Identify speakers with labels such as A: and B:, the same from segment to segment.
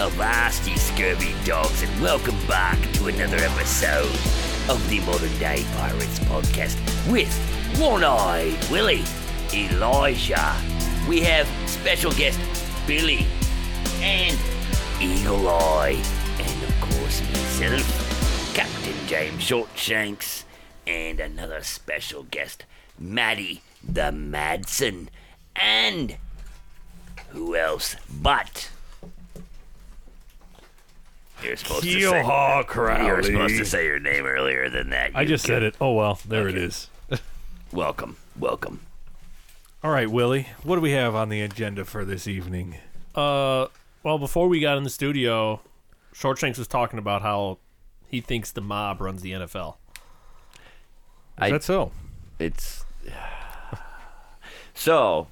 A: Avast, ye scurvy dogs, and welcome back to another episode of the Modern Day Pirates podcast with One Eyed Willie, Elijah. We have special guest Billy and Eagle Eye, and of course, myself, Captain James Shortshanks, and another special guest, Maddie the Madsen, and who else but. You're supposed to say.
B: Keelhaw
A: You were supposed
B: Crowley.
A: to say your name earlier than that.
B: I
A: You
B: just said it. Oh well, there it
A: Okay.
B: is.
A: welcome, welcome.
C: All right, Willie, what do we have on the agenda for this evening?
B: Uh, well, before we got in the studio, Shortshanks was talking about how he thinks the mob runs the NFL.
A: I-
C: That's so.
A: It's so.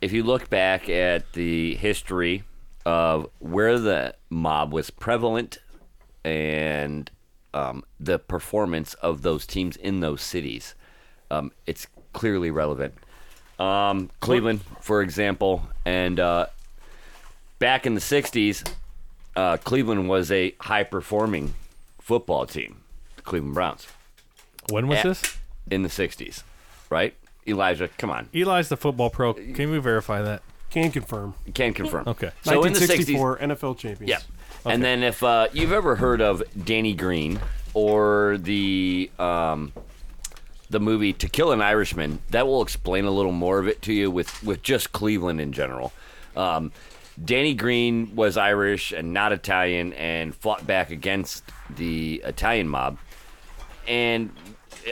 A: If you look back at the history of where the mob was prevalent and um, the performance of those teams in those cities, um, it's clearly relevant. Um, Cleveland, for example, and uh, back in the '60s, uh, Cleveland was a high-performing football team, the Cleveland Browns
C: When was
A: Yeah.
C: this?
A: in the 60s, right? Elijah, come on.
C: Eli's the football pro. Can we verify that?
D: Can confirm.
A: You can confirm.
C: Okay.
A: So in the 60s.
D: 1964 NFL champions.
A: Yeah. And then if uh, you've ever heard of Danny Green or the um, the movie To Kill an Irishman, that will explain a little more of it to you with, with just Cleveland in general. Um, Danny Green was Irish and not Italian and fought back against the Italian mob. and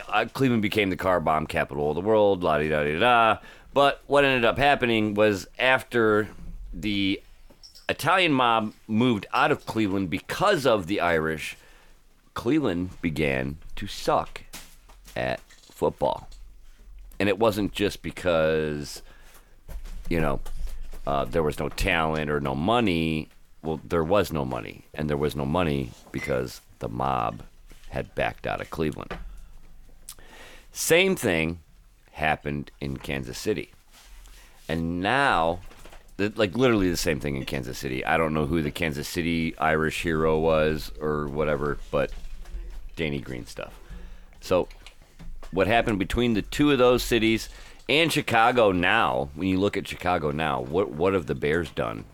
A: uh, Cleveland became the car bomb capital of the world, la di da di da. But what ended up happening was after the Italian mob moved out of Cleveland because of the Irish, Cleveland began to suck at football. And it wasn't just because, you know, uh, there was no talent or no money. Well, there was no money. And there was no money because the mob had backed out of Cleveland. Same thing happened in Kansas City. And now, the, like literally the same thing in Kansas City. I don't know who the Kansas City Irish hero was or whatever, but Danny Green stuff. So, what happened between the two of those cities and Chicago now, when you look at Chicago now, what, what have the Bears done?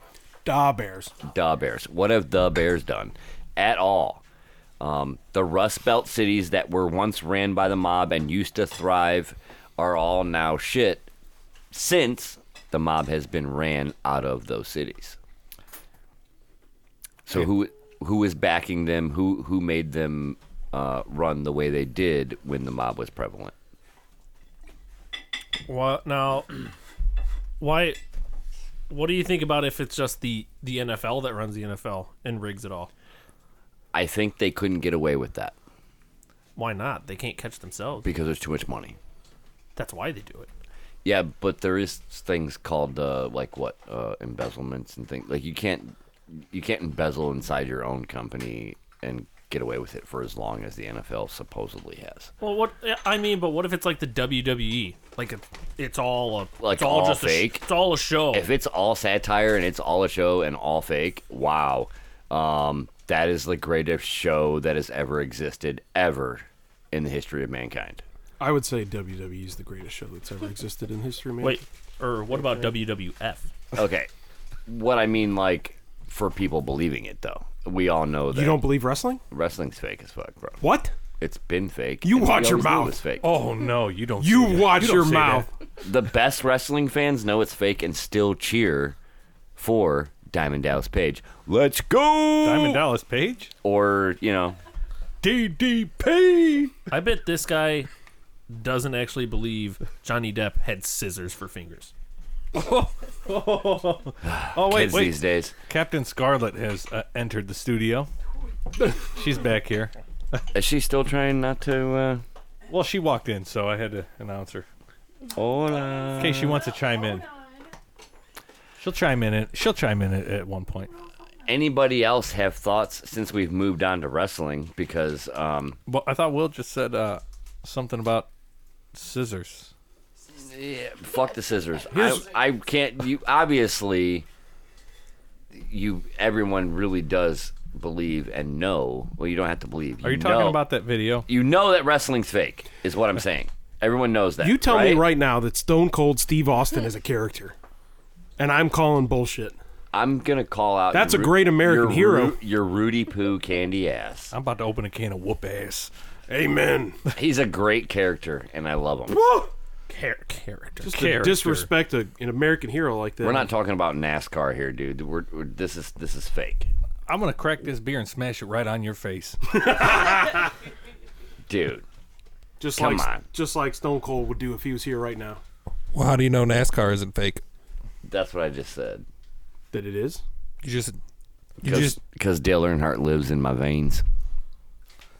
D: Da Bears.
A: the Bears. What have the Bears done at all? Um, the Rust Belt cities that were once ran by the mob and used to thrive are all now shit since the mob has been ran out of those cities. So who who is backing them? Who who made them uh, run the way they did when the mob was prevalent?
B: What now? Why? What do you think about if it's just the the NFL that runs the NFL and rigs it all?
A: I think they couldn't get away with that
B: Why not? They can't catch themselves.
A: because there's too much money.
B: That's why they do it.
A: Yeah, but there is things called uh, like what uh, embezzlements and things like you can't you can't embezzle inside your own company and get away with it for as long as the NFL supposedly has.
B: Well, what I mean, but what if it's like the WWE? Like it, it's all a
A: Like
B: it's all,
A: all
B: just A
A: fake?
B: sh- it's all a show.
A: If it's all satire and it's all a show and all fake, wow, um, that is the greatest show that has ever existed ever in the history of mankind.
D: I would say WWE is the greatest show that's ever existed in history, man.
B: Wait, or what about WWF?
A: Okay, what I mean like for people believing it though, we all know that
D: You don't believe wrestling?
A: wrestling's fake as fuck, bro.
D: What?
A: It's been fake.
D: You
A: and we
D: watch
A: always
D: your
A: knew it
D: mouth.
A: was fake.
C: Oh no, you don't.
D: You
C: say that.
D: watch
C: don't
D: your
C: say
D: mouth.
C: that.
A: the best wrestling fans know it's fake and still cheer for Diamond Dallas Page. Let's go!
C: Diamond Dallas Page.
A: Or, you know,
C: DDP.
B: I bet this guy doesn't actually believe Johnny Depp had scissors for fingers.
C: Oh wait,
A: kids
C: wait.
A: these days.
C: Captain Scarlet has uh, entered the studio. She's back here.
A: Is she still trying not to, uh,
C: Well, she walked in, so I had to announce her.
A: hola.
C: In case she wants to chime in, she'll chime in. At, she'll chime in at, at one point.
A: Anybody else have thoughts since we've moved on to wrestling? Because, um,
C: But I thought Will just said uh, something about scissors.
A: fuck the scissors. I, I can't, you, obviously, you everyone really does believe and know. Well, you don't have to believe.
C: Are you talking
A: know-
C: about that video?
A: You know that wrestling's fake. Is what I'm saying. Everyone knows that.
D: You tell
A: right?
D: me right now that Stone Cold Steve Austin is a character, and I'm calling bullshit.
A: I'm gonna call out.
D: That's
A: your
D: a
A: Ru-
D: great American
A: your
D: hero.
A: Ru- your Rudy Poo candy ass.
C: I'm about to open a can of whoop ass.
D: Amen.
A: He's a great character, and I love him.
C: Char- character.
D: Just to
C: character.
D: disrespect a, an American hero like that.
A: We're not talking about NASCAR here, dude. We're, we're- this is this is fake,
C: I'm gonna crack this beer and smash it right on your face.
A: dude.
D: just
A: come
D: like
A: on.
D: just like Stone Cold would do if he was here right now.
E: Well, how do you know NASCAR isn't fake?
A: That's what I just said.
D: That it is.
E: You just, you
A: Because
E: just,
A: Dale Earnhardt lives in my veins.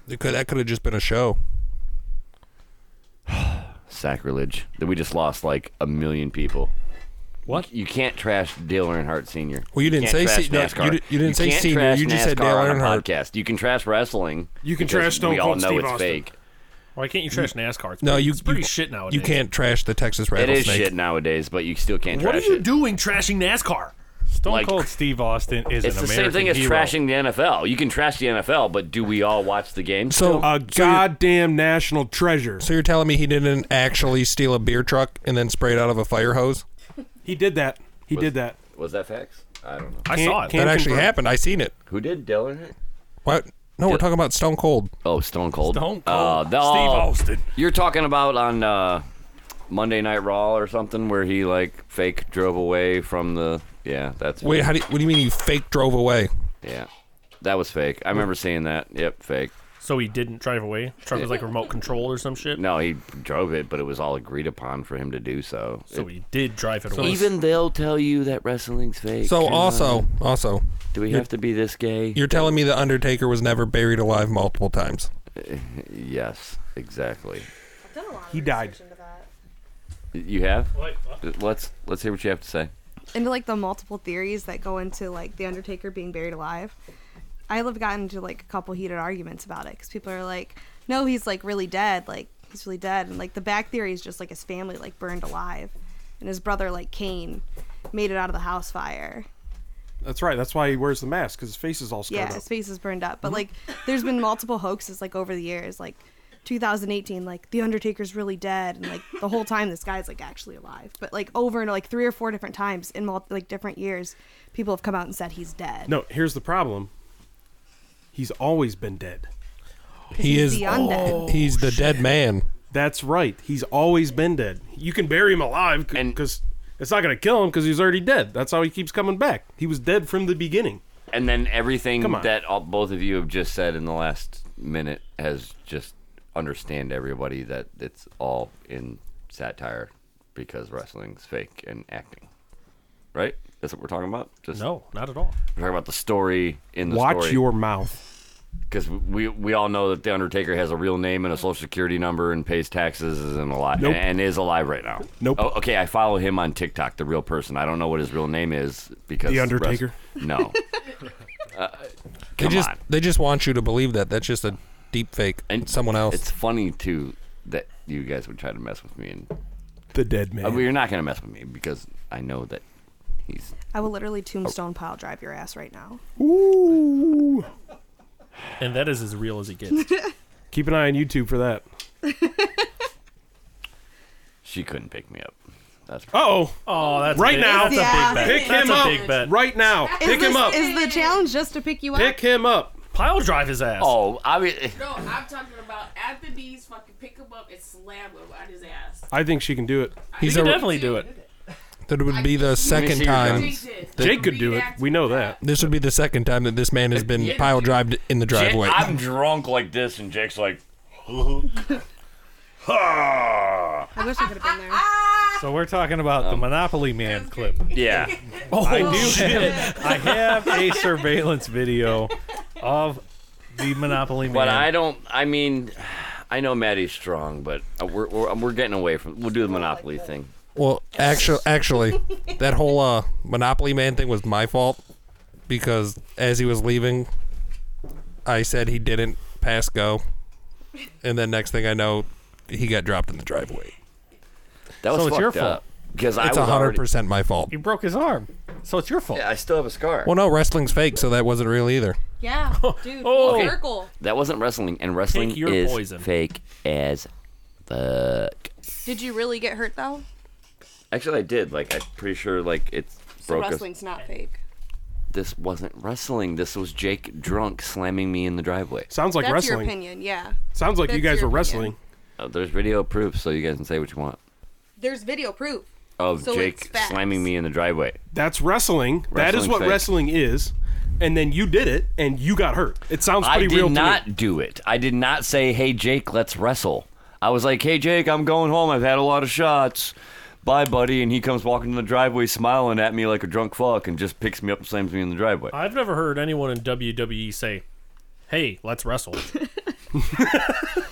E: it could, that could have just been a show.
A: Sacrilege. That we just lost like a million people.
C: What?
A: You can't trash Dale Earnhardt Sr.
E: Well, you didn't
A: can't
E: say
A: trash
E: se- no,
A: NASCAR.
E: you di- you didn't say
A: can't
E: senior,
A: trash
E: you just said
A: NASCAR
E: Dale
A: on a
E: Earnhardt.
A: Podcast. You can trash wrestling.
D: You can
A: because
D: trash Stone
A: We all
D: Cold
A: know
D: Steve
A: it's
D: Austin.
A: fake.
B: Why can't you trash NASCAR? It's
E: No,
B: pretty-
E: you
B: it's pretty
E: you,
B: shit nowadays.
E: You can't trash the Texas
A: It is
E: rattlesnake.
A: shit nowadays, but you still can't
B: What are
A: trash
B: you
A: it.
B: doing trashing NASCAR?
C: Stone
A: Like-
C: Cold Steve Austin is
A: It's
C: an
A: the same
C: American
A: thing as
C: hero.
A: trashing the NFL. You can trash the NFL, but do we all watch the game? still?
E: So, uh,
D: A
E: so, you're,
D: goddamn national treasure.
E: so you're telling me he didn't actually steal a beer truck and then spray it out of a fire hose?
D: He did that. He did that.
A: was that facts? I don't know.
B: I
D: Can't-
B: saw it.
D: can't-
E: That actually
D: confirm.
E: happened. I seen it.
A: Who did Dale Earnhardt?
E: What? No, we're talking about Stone Cold.
A: Oh, Stone Cold.
C: Stone Cold
A: Uh,
C: Steve
A: the-
C: Austin.
A: You're talking about on uh, Monday Night Raw or something where he like fake drove away from the. Yeah, that's
E: Wait, how do you, what do you mean you fake drove away?
A: yeah, that was fake. I remember seeing that. Yep, fake.
B: So he didn't drive away. Truck was like remote control or some shit.
A: No, he drove it, but it was all agreed upon for him to do so.
B: So he did drive it away.
A: Even they'll tell you that wrestling's fake.
E: So
A: Come
E: also,
A: on.
E: also,
A: do we have to be this gay?
E: you're telling me the Undertaker was never buried alive multiple times?
A: Yes, exactly.
F: I've done a lot of
D: He died.
F: research into that.
A: You have? Let's let's hear what you have to say.
F: into like the multiple theories that go into like the Undertaker being buried alive. I have gotten into like a couple heated arguments about it because people are like, "No, he's like really dead. Like he's really dead." And like the back theory is just like his family like burned alive, and his brother like Cain made it out of the house fire.
D: That's right. That's why he wears the mask because his face is all scarred
F: Yeah,
D: up.
F: his face is burned up. But
D: Mm-hmm.
F: like, there's been multiple hoaxes like over the years, like 2018, like the Undertaker's really dead, and like the whole time this guy's like actually alive. But like over and like three or four different times in multi- like different years, people have come out and said he's dead.
D: No, here's the problem. He's always been dead. Oh,
F: 'Cause
E: He
F: he's
E: is.
F: the undead.
E: he's the dead man.
D: That's right. He's always been dead. You can bury him alive
A: And-
D: because it's not going to kill him because he's already dead. That's how he keeps coming back. He was dead from the beginning.
A: And then everything
D: Come on.
A: that all, both of you have just said in the last minute has just understand everybody that it's all in satire because wrestling's fake and acting. Right? That's what we're talking about. Just
B: no, not at all.
A: we're talking about the story in the
D: Watch
A: story.
D: your mouth.
A: because we we all know that the Undertaker has a real name and a social security number and pays taxes and alive
D: Nope.
A: and is alive right now.
D: Nope.
A: Oh, okay, I follow him on TikTok, the real person. I don't know what his real name is because
D: The Undertaker?
A: rest- no,
E: They
A: Uh, Come
E: just
A: on.
E: they just want you to believe that. That's just a deep fake.
A: And
E: Someone else.
A: it's funny too that you guys would try to mess with me, and
D: The dead man.
A: I mean, you're not gonna mess with me because I know that he's
F: I will literally tombstone pile drive your ass right now.
D: Ooh.
B: And that is as real as he gets.
D: Keep an eye on YouTube for that.
A: she couldn't pick me up. That's
D: Oh,
B: Oh, that's
D: Right
B: a big,
D: now.
B: That's
F: Yeah.
B: a big bet.
D: pick
B: that's
D: him
B: a
D: up
B: big bet.
D: right now.
F: Is
D: pick him
F: this-
D: up.
F: Is the challenge just to pick you up?
D: pick him up.
B: Pile drive his ass.
A: oh, I mean,
G: No, I'm talking about after these fucking pick him up and slam him on his ass.
D: I think she can do it.
E: he's
B: you
E: a,
B: can definitely do it.
E: that would be the second
A: see your
E: time.
A: guns.
G: Jake did.
D: Jake could do it. We know that.
E: This would be the second time that this man has been
A: Yeah.
E: pile drived in the
A: Jake,
E: driveway.
A: I'm drunk like this, and Jake's like.
F: I wish I could have been there.
C: So we're talking about the Monopoly Man clip.
A: Um, Yeah,
F: Oh.
C: I do have I have a surveillance video of the Monopoly Man.
A: But I don't. I mean, I know Maddie's strong, but uh, we're we're, we're getting away from. We'll do the monopoly thing.
E: Well, actually, actually, that whole uh, Monopoly Man thing was my fault because as he was leaving, I said he didn't pass go, and then next thing I know, he got dropped in the driveway.
A: That was
C: So it's your
A: fucked up.
C: fault.
A: Because I
E: It's
A: was
E: hundred
A: already,
E: percent my fault.
C: he broke his arm. So it's your fault.
A: Yeah, I still have a scar.
E: Well, no, wrestling's fake, so that wasn't real either.
F: Yeah, dude.
B: Oh.
F: Full
B: Okay.
F: circle.
A: That wasn't wrestling, and wrestling
B: Take your
A: is
B: poison.
A: fake as fuck.
F: Did you really get hurt though?
A: Actually, I did. Like, I'm pretty sure like it's
F: So
A: broke. us-
F: wrestling's not fake.
A: This wasn't wrestling. This was Jake drunk slamming me in the driveway.
D: Sounds like
F: That's your
D: wrestling.
F: opinion. Yeah.
D: Sounds like you
F: That's
D: guys
F: your
D: were
F: opinion.
D: wrestling.
A: Uh, there's video proof, so you guys can say what you want
F: There's video proof.
A: of
F: So it's
A: Jake
F: facts.
A: slamming me in the driveway.
D: That's wrestling. that is
A: Wrestling's
D: what
A: fake.
D: wrestling is. And then you did it, and you got hurt. It sounds
A: I
D: pretty
A: did
D: real to
A: not
D: me.
A: do it. I did not say, "Hey Jake, let's wrestle." I was like, "Hey Jake, I'm going home. I've had a lot of shots. Bye, buddy." And he comes walking in the driveway, smiling at me like a drunk fuck, and just picks me up and slams me in the driveway.
B: I've never heard anyone in WWE say, "Hey, let's wrestle."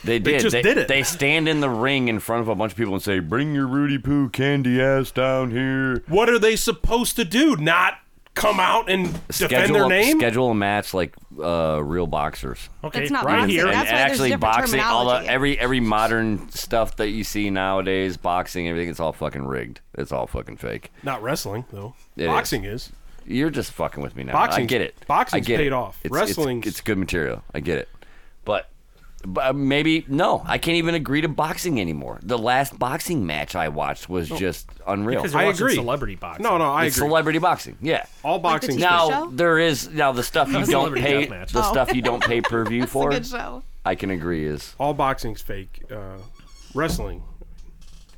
A: They did.
D: just
A: they,
D: did it.
A: They stand in the ring in front of a bunch of people and say, "Bring your Rudy Poo candy ass down here."
D: What are they supposed to do? Not come out and defend their
A: a-
D: name?
A: Schedule a match like uh, real boxers.
B: Okay,
F: That's not
B: right
F: boxing.
B: here.
A: and,
F: That's
A: and
F: why there's
A: actually
F: different
A: boxing all the
F: terminology.
A: every every modern stuff that you see nowadays boxing everything it's all fucking rigged it's all fucking fake
D: Not wrestling, though.
A: It is.
D: Boxing is.
A: you're just fucking with me now i
D: Boxing's-
A: get it I
D: boxing's
A: get
D: paid
A: it.
D: off.
A: it's,
D: Wrestling's-
A: it's, it's good material i get it but, but maybe no i can't even agree to boxing anymore the last boxing match i watched was
D: Oh,
A: just unreal
B: Because you're
D: I
B: watching
D: agree.
B: Celebrity boxing.
D: No, no, I
A: it's
D: agree.
A: celebrity boxing yeah
D: All boxing.
F: TV
A: now
F: show?
A: there is now the stuff you don't
B: Celebrity
A: pay
B: deathmatch.
A: the stuff you don't pay per view
F: It's Oh. a
A: for
F: good show.
A: i can agree is
D: all boxing's fake. Uh, wrestling.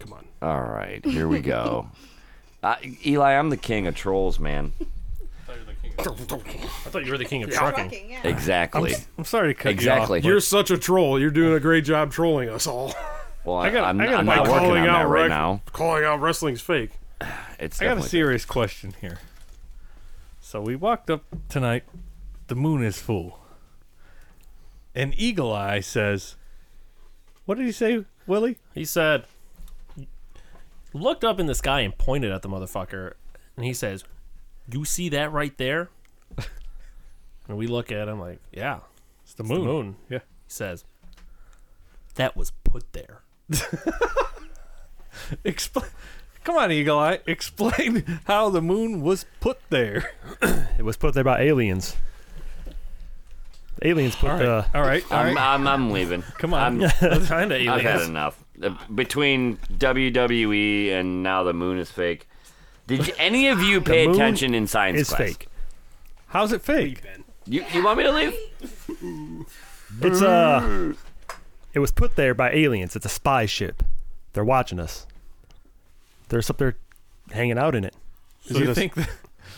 D: Come on.
A: All right, here we go. uh, Eli, I'm the king of trolls, man.
B: I thought you were the king of trucking.
F: Fucking yeah.
A: Exactly.
C: I'm sorry to cut
A: Exactly.
C: you off.
A: You're
D: You're such a troll. You're doing a great job trolling us all.
A: Well, I
C: gotta-
A: am
C: I gotta
A: I'm
C: buy
A: not working
D: calling
A: on
D: out
A: that right
D: rec-
A: now.
C: Oh,
D: Calling out wrestling's fake.
A: It's
C: I got a
A: definitely-
C: serious question here. So we walked up tonight. The moon is full. And Eagle Eye says, "What did he say, Willie?"
B: He said, looked up in the sky and pointed at the motherfucker, and he says, "You see that right there?" and we look at him like, "Yeah,
C: It's the
B: the
C: moon.
B: moon."
C: Yeah.
B: He says, "That was put there."
C: Explain. Come on, Eagle Eye. Explain how the moon was put there.
H: It was put there by aliens. The aliens put the.
C: All right. All
A: I'm,
C: right.
A: I'm, I'm leaving.
C: Come on.
A: I'm,
B: kind of
A: I've had
B: aliens.
A: enough. Uh, Between WWE and now the moon is fake. Did you- any of you pay
H: moon
A: attention in science
H: Is
A: class?
H: fake.
C: How's it fake?
A: You, you want me to leave?
H: It's uh It was put there by aliens. It's a spy ship. They're watching us. They're up there, hanging out in it.
C: So you think? that-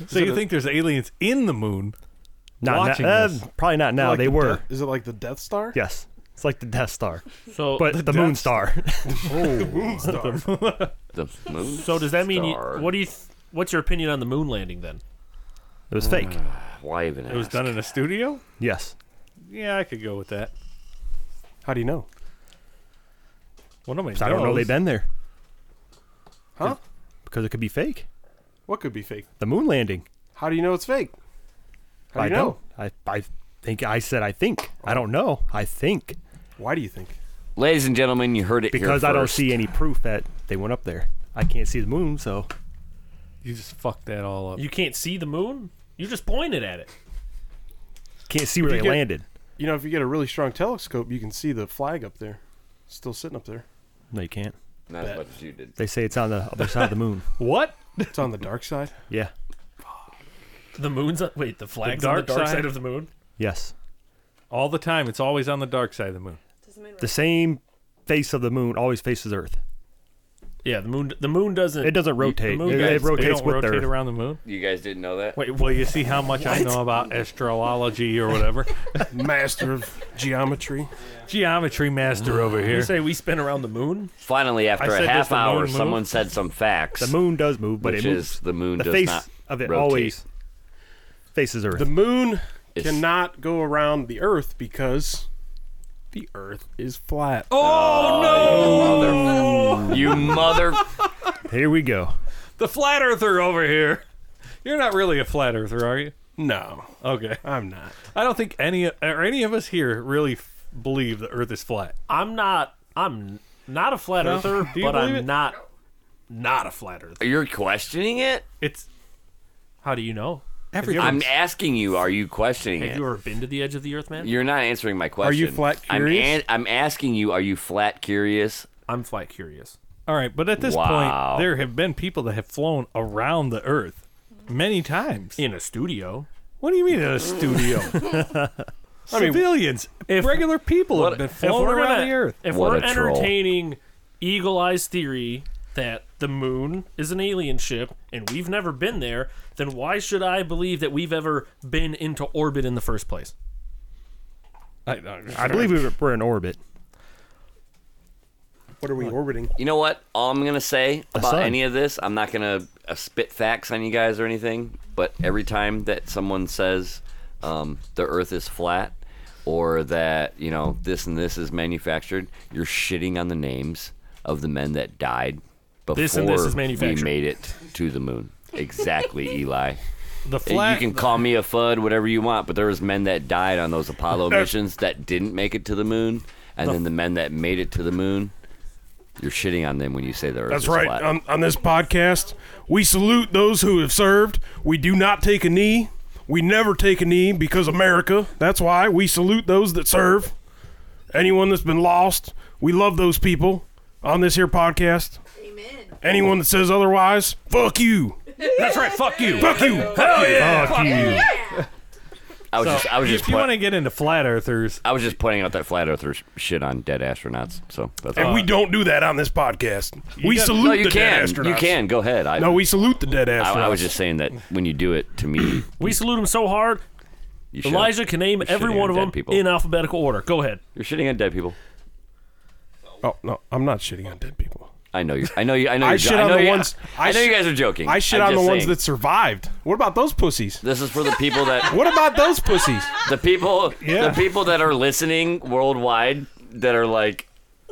C: so you think there's aliens in the moon?
H: Not
C: Watching
H: now,
C: us.
H: uh, probably not now.
D: Like
H: they
D: the
H: were.
D: Death- is it like the Death Star?
H: Yes. It's like the Death Star,
B: So,
H: but the, Moon Star.
A: Oh. The moon.
B: so does that mean? You,
A: star.
B: what do you? Th- what's your opinion on the moon landing then?
H: it was fake.
A: Ah, Why even?
C: It was done in a studio.
H: Yes.
C: Yeah, I could go with that.
D: How do you know?
C: Well, nobody
H: So I don't know.
C: knows.
H: They've been there
D: Huh?
H: because it could be fake.
D: What could be fake?
H: The moon landing.
D: How do you know it's fake? How do
H: I
D: you know?
H: don't. I I think I said I think. I don't know. I think
D: Why do you think?
A: Ladies and gentlemen, you heard it here
H: because I don't
A: first.
H: see any proof that they went up there. I can't see the moon, so
C: You just fucked that all up.
B: You can't see the moon. You just pointed at it.
H: can't see where they
D: get-
H: landed.
D: You know, if you get a really strong telescope, you can see the flag up there. Still sitting up there.
H: No, you can't.
A: Not as much as you did.
H: They say it's on the other side of the moon.
C: what?
D: It's on the dark side.
H: Yeah.
B: The moon's on, wait. The flag's on
C: dark
B: the dark
C: side?
B: side of the moon.
H: Yes.
C: All the time. It's always on the dark side of the moon.
H: The same face of the moon always faces Earth.
B: Yeah, the moon. The moon doesn't.
H: It doesn't rotate.
B: moon
H: It,
B: guys-
H: it
B: they
H: rotates
C: don't
H: with
C: rotate
H: Earth.
C: around the moon.
A: You guys didn't know that?
C: Wait, well, you see how much I know about astrology or whatever.
D: Master of geometry.
C: Geometry master over here.
B: You say we spin around the moon.
A: Finally, after
C: I
A: a
C: said, does
A: half
C: the moon
A: hour,
C: move?
A: someone said some facts.
H: The moon does move, but
A: which
H: it moves.
A: is the moon
H: the
A: does
H: face
A: not
H: of it
A: rotate.
H: always faces Earth.
D: The moon
A: It's-
D: cannot go around the Earth because the Earth is flat. Oh,
A: Mother, you mother.
H: Here we go.
C: The flat earther over here. You're not really a flat earther, are you?
D: no,
C: Okay.
D: I'm not.
C: I don't think any or any of us here really f- believe the Earth is flat.
B: I'm not. I'm not a flat
C: No?
B: earther,
C: Do you
B: but I'm
C: believe it?
B: not not a flat earther.
A: You're questioning it?
C: It's
B: How do you know?
C: Everything.
A: I'm asking you, are you questioning
B: Have
A: it?
B: you ever been to the edge of the earth, man?
A: You're not answering my question.
C: Are you flat
A: I'm,
C: curious?
A: an- I'm asking you, are you flat curious?
B: I'm flat curious.
C: All right, but at this
A: Wow.
C: point, there have been people that have flown around the Earth many times.
B: In a studio.
C: What do you mean in a studio? Civilians, regular people
A: what-
C: have been
B: If
C: flown
B: we're,
C: around
B: gonna-
C: the Earth.
B: if
A: What
B: we're
A: a troll.
B: entertaining Eagle Eye's theory that the moon is an alien ship and we've never been there, then why should I believe that we've ever been into orbit in the first place?
C: I, I-
H: I believe we were, we're in orbit.
D: What are we orbiting?
A: You know what? All I'm gonna say about
H: sun.
A: any of this, I'm not gonna uh, spit facts on you guys or anything. But every time that someone says um, the Earth is flat or that you know this and this is manufactured, you're shitting on the names of the men that died before
B: This and this is
A: we
B: manufactured.
A: made it to the moon. Exactly, Eli.
C: the
A: And
C: flat.
A: you can call me a fud, whatever you want, but there was men that died on those Apollo missions that didn't make it to the moon, and then the men that made it to the moon. You're shitting on them when you say the Earth
D: That's
A: is
D: right.
A: flat.
D: On, on this podcast, we salute those who have served. We do not take a knee. We never take a knee because America. That's why we salute those that serve. Anyone that's been lost, we love those people on this here podcast.
G: Amen.
D: Anyone that says otherwise, fuck you.
B: That's right, fuck you.
D: Fuck you. Hell yeah.
H: Fuck you.
A: I was
C: So,
A: just, I was just,
C: if you
A: point-
C: want to get into flat earthers,
A: I was just pointing out that flat earthers shit on dead astronauts. So that's
D: And
A: all.
D: we don't do that on this podcast. We
C: got-
D: salute
A: no, you
D: the
A: can,
D: dead astronauts.
A: you can go ahead. I,
D: No, we salute the dead
A: I,
D: astronauts.
A: I was just saying that when you do it to me,
B: We salute him so hard.
A: you shit-
B: Elijah can name
A: you're
B: every
A: shitting on
B: one of
A: dead
B: them
A: people.
B: in alphabetical order. Go ahead.
A: You're shitting on dead people.
D: Oh no, I'm not shitting on dead people.
A: I know you. I know you. I know.
D: I
A: you're jo-
D: shit on
A: know
D: the
A: you-
D: ones-
A: I,
D: I
A: know you
D: shit-
A: guys are joking.
D: I shit
A: I'm
D: on the
A: just
D: ones
A: saying.
D: that survived. What about those pussies?
A: This is for the people that
D: What about those pussies?
A: the people
D: Yeah.
A: the people that are listening worldwide that are like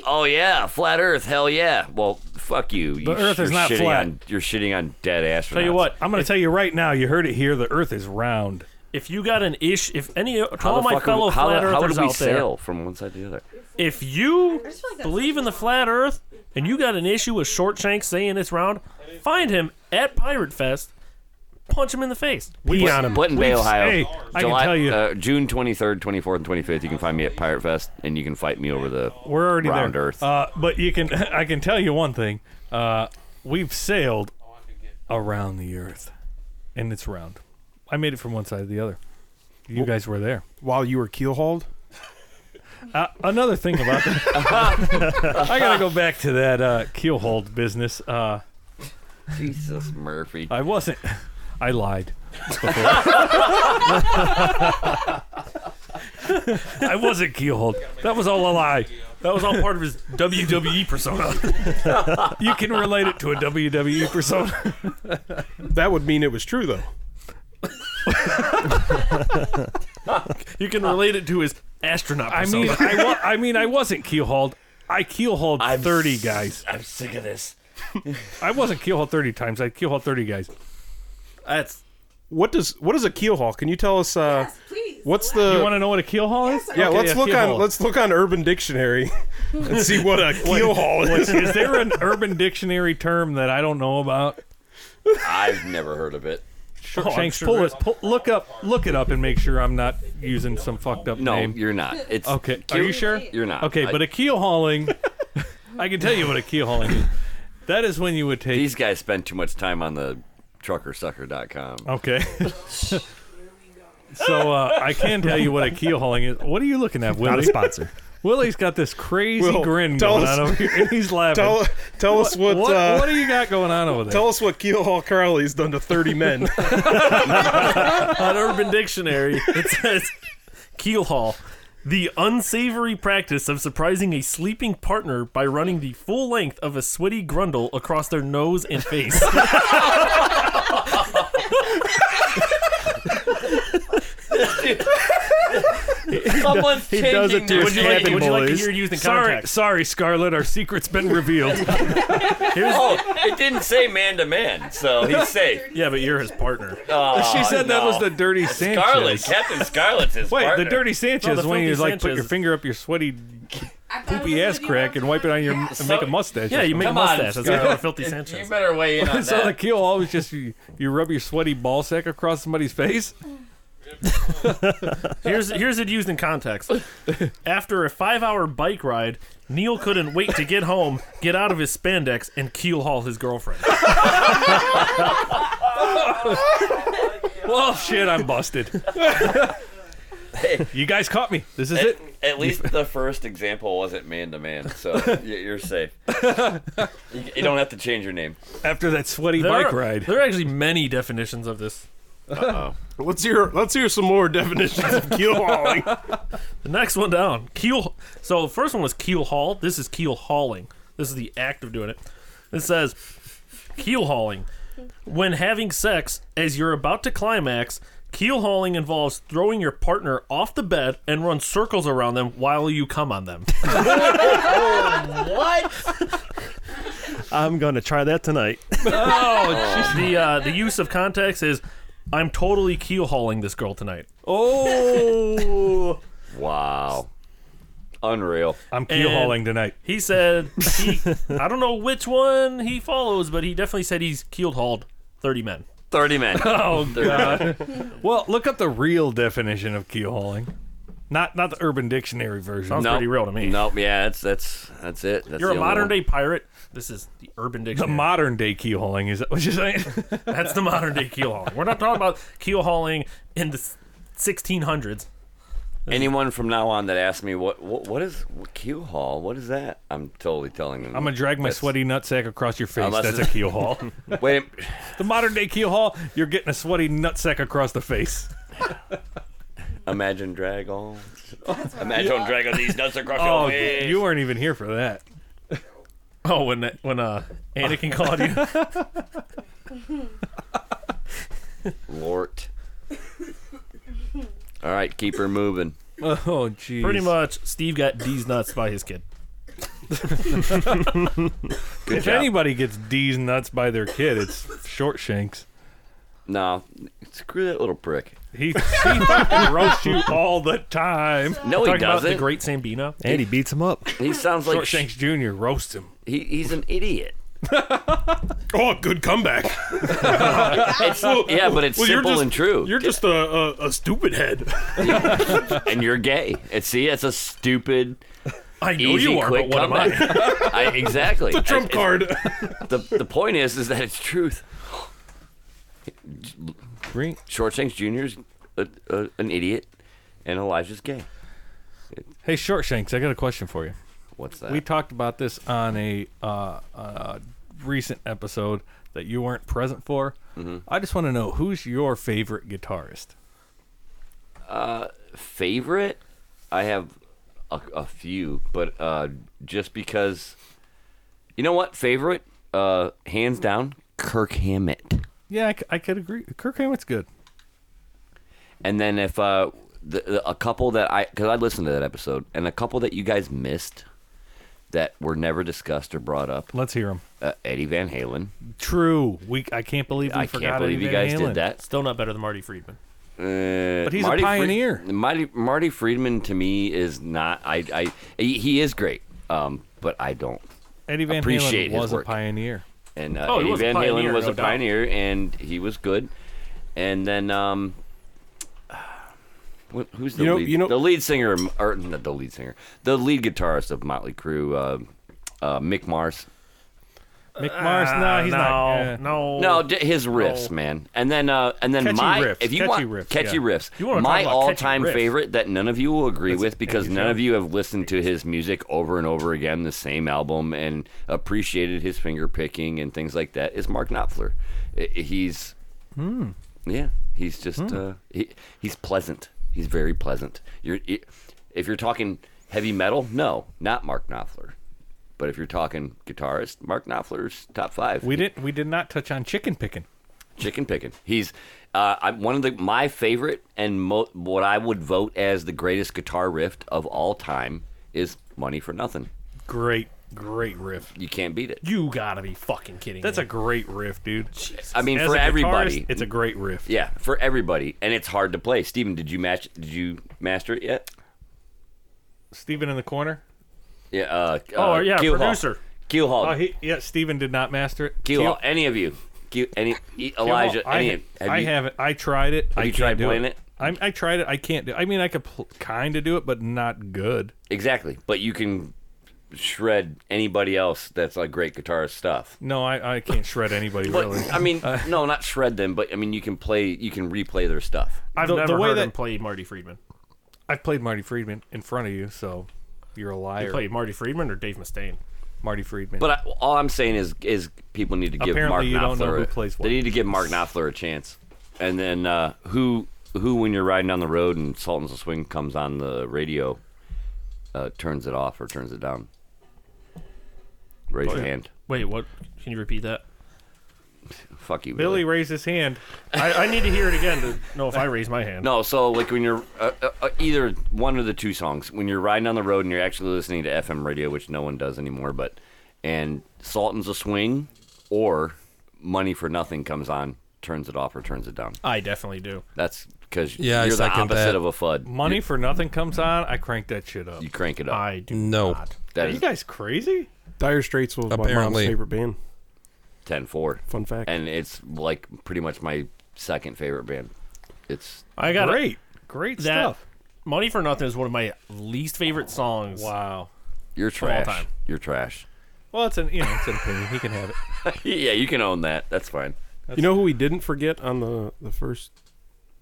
A: oh yeah flat earth hell yeah well fuck you the
C: Earth is not
A: shitting
C: flat.
A: on, you're shitting on dead astronauts
B: Tell you what,
C: I'm going to tell you right now. You heard it here. The Earth is round.
B: if you got an ish, if any, to
A: how
B: all
A: the
B: my
A: fuck
B: fellow
A: are, how,
B: flat
A: the- how
B: earthers
A: did we
B: out there,
A: sail from one side to the other
B: if you believe in the flat earth and you got an issue with Shortshanks saying it's round, find him at Pirate Fest, punch him in the face.
C: We
A: But- But in Bay, Ohio,
C: Hey, I
A: July,
C: can tell you,
A: uh, June 23rd, 24th, and 25th. You can find me at Pirate Fest, and you can fight me over the
C: we're already
A: round
C: there.
A: Earth.
C: Uh, but you can. I can tell you one thing. Uh, we've sailed around the Earth, and it's round. I made it from one side to the other. You guys were there.
D: While you were keelhauled?
C: Uh, another thing about that, I gotta go back to that uh, keel hold business. Uh,
A: Jesus Murphy.
C: I wasn't. I lied. I wasn't keel hold. That was all a lie.
B: That was all part of his WWE persona.
C: You can relate it to a
B: E
C: WWE persona.
D: That would mean it was true though.
B: You can relate it to his astronaut
C: I
B: persona.
C: mean, I, wa- I mean, I wasn't keel hauled. I keel hauled thirty guys.
A: I'm sick of this.
C: I wasn't keel hauled thirty times. I keel hauled thirty guys.
B: that's
D: What does what is a keelhaul? Can you tell us uh
G: Yes, please.
D: what's
G: Allow-
D: the
C: You want to know what a keel haul is?
D: Yeah,
C: Okay,
D: let's
C: a
D: look
C: keel
D: on
C: haul.
D: let's look on Urban Dictionary and see what a keelhaul is.
C: Is there an Urban Dictionary term that I don't know about?
A: I've never heard of it.
B: Oh, I'm
C: Shanks,
B: sure
C: pull
B: there
C: it. Pull, look up. Look it up and make sure I'm not using some fucked up
A: No,
C: name.
A: you're not. It's
C: Okay. Are you sure?
A: You're not.
C: Okay,
A: I-
C: but a keel hauling. I can tell you what a keel hauling is. That is when you would take.
A: These guys spend too much time on the truckersucker.com.
C: Okay. so uh, I can tell you what a keel hauling is. What are you looking at,
H: Not a
C: Willie?
H: sponsor.
C: Willie's got this crazy
D: Will,
C: grin
D: tell
C: going
D: us-
C: on over here, and he's laughing.
D: Tell tell us what,
C: what,
D: uh,
C: what do you got going on over there?
D: tell us what keelhaul Carly's done to 30 men.
B: on Urban Dictionary. It says keel haul. The unsavory practice of surprising a sleeping partner by running the full length of a sweaty grundle across their nose and face.
A: Someone's
H: He does it to
B: would
H: his
B: you like,
H: cabin
B: would you like to
H: boys.
B: hear it used in
C: sorry,
B: context?
C: sorry, Scarlett. Our secret's been revealed.
A: Oh, it didn't say man to man, so he's safe.
B: Yeah, but you're his partner.
A: Oh,
C: she said that
A: no.
C: was the dirty Sanchez.
A: Scarlet. Captain Scarlet's his
C: Wait,
A: partner.
C: the dirty Sanchez
B: No, the
C: when you
B: filthy
C: like put
B: Sanchez
C: your
B: is-
C: finger up your sweaty
G: I thought it was
C: poopy ass
G: really
C: crack
G: hard
C: and
G: to
C: wipe it on your
G: find
C: and
G: out.
C: make a mustache.
B: Yeah, you make
A: Come
B: a
A: on.
B: mustache. That's how
C: Yeah.
B: a filthy
A: You
B: Sanchez.
A: better weigh in on
C: so the
A: that.
C: kill always just you, you rub your sweaty ball sack across somebody's face.
B: Here's here's it used in context. After a five-hour bike ride, Neil couldn't wait to get home, get out of his spandex, and keel haul his girlfriend.
C: Well, shit, I'm busted. you guys caught me. This is
A: At,
C: it.
A: at least the first example wasn't man to man, so y- you're safe. you, you don't have to change your name.
C: After that sweaty
B: There
C: bike
B: are-
C: ride.
B: There are actually many definitions of this.
D: Let's hear let's hear some more definitions of keel hauling.
B: The next one down, keel. So the first one was keel haul. This is keel hauling. This is the act of doing it. It says keel hauling. When having sex, as you're about to climax, keel hauling involves throwing your partner off the bed and run circles around them while you come on them.
A: Oh,
H: I'm gonna try that tonight.
B: the uh, the use of context is, I'm totally keel hauling this girl tonight.
C: Oh,
A: Wow. Unreal.
C: I'm keel
B: And-
C: hauling tonight.
B: He said, he, I don't know which one he follows, but he definitely said he's keel hauled thirty men.
A: 30 men. Oh, God.
C: Well, look up the real definition of keel hauling. Not not the Urban Dictionary version.
B: Sounds pretty real to me.
A: Nope, yeah, that's that's that's it. That's
B: You're
A: the only
B: a modern
A: one.
B: day pirate. This is the Urban
C: The
B: Dictionary.
C: modern day keel hauling is that what you're saying?
B: That's the modern day keel hauling. We're not talking about keel hauling in the s- 1600s.
A: Anyone from now on that asks me what what, what is what, Q haul? What is that? I'm totally telling them.
C: I'm gonna drag my
A: That's-
C: sweaty nutsack across your face.
A: Unless
C: That's a
A: it's-
C: keel haul.
A: Wait,
C: the modern day keel haul, you're getting a sweaty nutsack across the face.
A: imagine drag all. Imagine drag all these nuts across
C: Oh,
A: your face.
C: you weren't even here for that.
B: Oh, when that, when uh Anakin called you.
A: Lort. All right, keep her moving.
C: Oh, jeez.
B: Pretty much, Steve got D's nuts by his kid.
A: Good
C: If
A: job.
C: anybody gets D's nuts by their kid, it's short shanks.
A: No, screw that little prick.
C: He, he fucking roasts you all the time.
A: No, he
B: Talking about the
A: doesn't.
B: Great Sambino.
H: And he beats him up.
A: he sounds like
C: Short Shanks Jr. roasts him.
A: he, he's an idiot.
D: Oh, good comeback.
A: Yeah, but it's
D: Well, you're
A: simple
D: just-
A: and true.
D: You're just a, a, a stupid head.
A: and you're gay. And see, that's a stupid,
B: I know
A: easy,
B: you are,
A: quick
B: but what am I?
A: comeback. I? exactly.
D: The trump
A: It's-
D: card.
A: The, the point is, is that it's truth. Shortshanks Jr. is a, a, an idiot, and Elijah's gay.
C: Hey, Short Shanks, I got a question for you.
A: What's that?
C: We talked about this on a uh, uh, recent episode that you weren't present for.
A: Mm-hmm.
C: I just want to know who's your favorite guitarist?
A: uh, favorite? I have a, a few, but uh, just because, you know what? Favorite, uh, hands down, Kirk Hammett.
C: Yeah, I, c- I could agree. Kirk Hammett's good.
A: And then if uh, the, the, a couple that I, because I listened to that episode, and a couple that you guys missed that were never discussed or brought up,
C: Let's hear him.
A: uh, Eddie Van Halen.
C: True. We I can't believe we
A: I
C: forgot
A: can't believe
C: Eddie
A: you
C: Van
A: guys
C: Halen.
A: did that.
B: Still not better than Marty Friedman.
A: Uh,
C: But he's a
A: Fri-
C: pioneer.
A: Marty, Marty Friedman to me is not. I, I he he is great, um, but I don't.
C: Eddie Van
A: Appreciate
C: Halen
A: his
C: was
A: work.
C: a pioneer.
A: And uh,
B: Oh, he
A: Eddie
B: was a
A: Van
B: pioneer,
A: Halen was
B: no
A: a
B: doubt.
A: pioneer, and he was good. And then um, wh- who's the
D: You know-
A: lead?
D: you know-
A: the lead singer, of- or not the lead singer, the lead guitarist of Motley Crue, uh, uh, Mick Mars.
C: Mick Mars, no, he's
B: Uh, no,
C: not. yeah.
B: no,
A: No, d- his riffs,
B: Oh.
A: man. And then uh, and then
C: Catchy
A: my
C: riffs,
A: if you
C: catchy
A: want
C: riffs,
A: catchy
C: yeah.
A: riffs,
B: You wanna
A: my
B: talk about catchy
A: all-time
B: riffs.
A: favorite that none of you will agree with because
C: Andy
A: none
C: Shaw.
A: of you have listened to his music over and over again, the same album, and appreciated his finger picking and things like that is Mark Knopfler. I- I- He's
C: Hmm.
A: yeah, he's just uh, he, he's pleasant. He's very pleasant. You're i- if you're talking heavy metal, no, not Mark Knopfler. But if you're talking guitarist, Mark Knopfler's top five.
C: We didn't. We did not touch on chicken picking.
A: Chicken picking. He's uh, I, one of the my favorite and mo- what I would vote as the greatest guitar riff of all time is "Money for Nothing."
C: Great, great riff.
A: You can't beat it.
B: You gotta be fucking kidding.
C: That's
B: me.
C: a great riff, dude.
A: I mean,
C: As
A: for
C: a guitarist,
A: everybody,
C: it's a great riff.
A: yeah, for everybody, and it's hard to play. Steven, did you match? Did you master it yet?
C: Steven in the corner.
A: Yeah. Uh,
B: Oh,
A: uh,
B: yeah,
A: Keel Hall.
B: producer.
A: Keel Hall.
C: Oh, he, yeah. Steven did not master it.
A: Keel
C: Keel-
A: Hall. Any of you? Keel, any? E-
C: Keel Hall,
A: Elijah.
C: I,
A: any?
C: ha-
A: of-
C: I
A: you-
C: haven't. I tried it. I
A: you
C: can't
A: tried
C: do
A: playing it?
C: I'm, I tried it. I can't do. I mean, I could pl- kind of do it, but not good.
A: Exactly. But you can shred anybody else that's like great guitarist stuff.
C: No, I, I can't shred anybody
A: But
C: really. Uh,
A: I mean, no, not shred them, but I mean, you can play, you can replay their stuff.
B: I've
C: The- the
B: never
C: way
B: heard
C: that-
B: him play Marty Friedman.
C: I've played Marty Friedman in front of you, so you're a liar.
B: You play Marty Friedman or Dave Mustaine?
C: Marty Friedman.
A: But I, all I'm saying is, is people need to give
C: Apparently
A: Mark
C: you
A: Knopfler.
C: don't know who
A: a-
C: plays what.
A: They need to give Mark Knopfler a chance, and then uh, who, who, when you're riding down the road and Sultan's of Swing comes on the radio, uh, turns it off or turns it down. Raise
C: Oh,
A: your hand.
B: Wait, what? Can you repeat that?
A: Fuck you,
C: Billy raised his hand.
B: I, I need to hear it again to know if I raise my hand.
A: No, so like when you're uh, uh, uh, either one of the two songs, when you're riding on the road and you're actually listening to FM radio, which no one does anymore, but and Sultan's a swing or Money for Nothing comes on, turns it off or turns it down.
B: I definitely do.
A: That's because
E: Yeah, I
A: you're the
E: second
A: opposite
E: that.
A: of a FUD.
C: Money for nothing comes on. I crank that shit up.
A: You crank it up.
B: I do.
E: No.
A: That
C: Are you
A: is
C: guys crazy?
D: Dire Straits was my mom's
E: Apparently.
D: favorite band.
A: 10 4.
D: Fun fact.
A: And it's like pretty much my second favorite band. It's
B: I got
C: Great, great
B: That-
C: stuff.
B: Money for Nothing is one of my least favorite songs.
C: Wow.
A: you're trash.
B: time.
A: You're trash.
C: Well, it's an you know, it's an opinion. He can have it.
A: yeah, you can own that. That's fine.
D: you know who we didn't forget on the, the first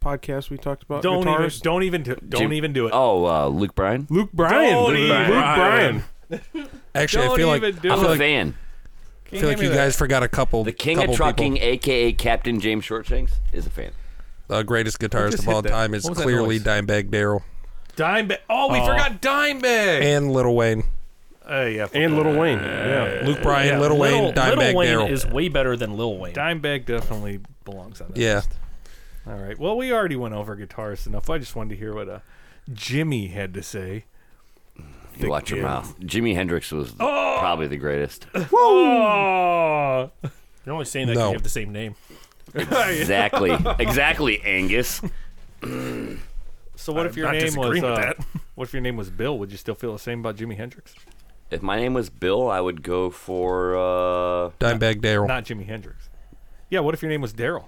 D: podcast we talked about?
C: Don't even,
D: guitarist?
C: don't even, do, don't
A: Jim-
C: even do it.
A: Oh, uh, Luke Bryan?
D: Luke Bryan.
C: Don't
D: dude.
C: even-
D: Luke Bryan.
E: Actually,
C: Don't
E: I feel like
C: even do
E: I
A: I'm
E: feel
A: a
E: like,
A: fan.
E: I feel like you guys forgot a couple.
A: The king
E: couple
A: of trucking,
E: people.
A: aka Captain James Shortshanks, is a fan.
E: the greatest guitarist
C: just
E: of
C: hit
E: all
C: that?
E: time, is
C: What was that
E: clearly
C: noise?
E: Dimebag Daryl
C: Dimebag. Oh, we forgot Dimebag.
E: and Little Wayne.
C: Uh, yeah. fuck
D: And
C: that.
D: Little Wayne. Yeah.
E: Luke Bryan, Little Wayne, Dimebag
B: Lil Wayne
E: Daryl.
B: is way better than Lil Wayne.
C: Dimebag definitely belongs on that.
E: Yeah,
C: All right. Well, we already went over guitarists enough. I just wanted to hear what uh, Jimmy had to say.
A: You watch your mouth. Jimi Hendrix was the- probably the greatest.
C: Oh,
B: You're only saying that because you
E: No.
B: have the same name.
A: Exactly. exactly, Angus.
C: so what if your
B: not
C: name was
B: disagreeing with
C: uh,
B: that.
C: what if your name was Bill? Would you still feel the same about Jimi Hendrix?
A: If my name was Bill, I would go for. Uh,
E: Dimebag Daryl.
C: Not Jimi Hendrix. Yeah. What if your name was Daryl?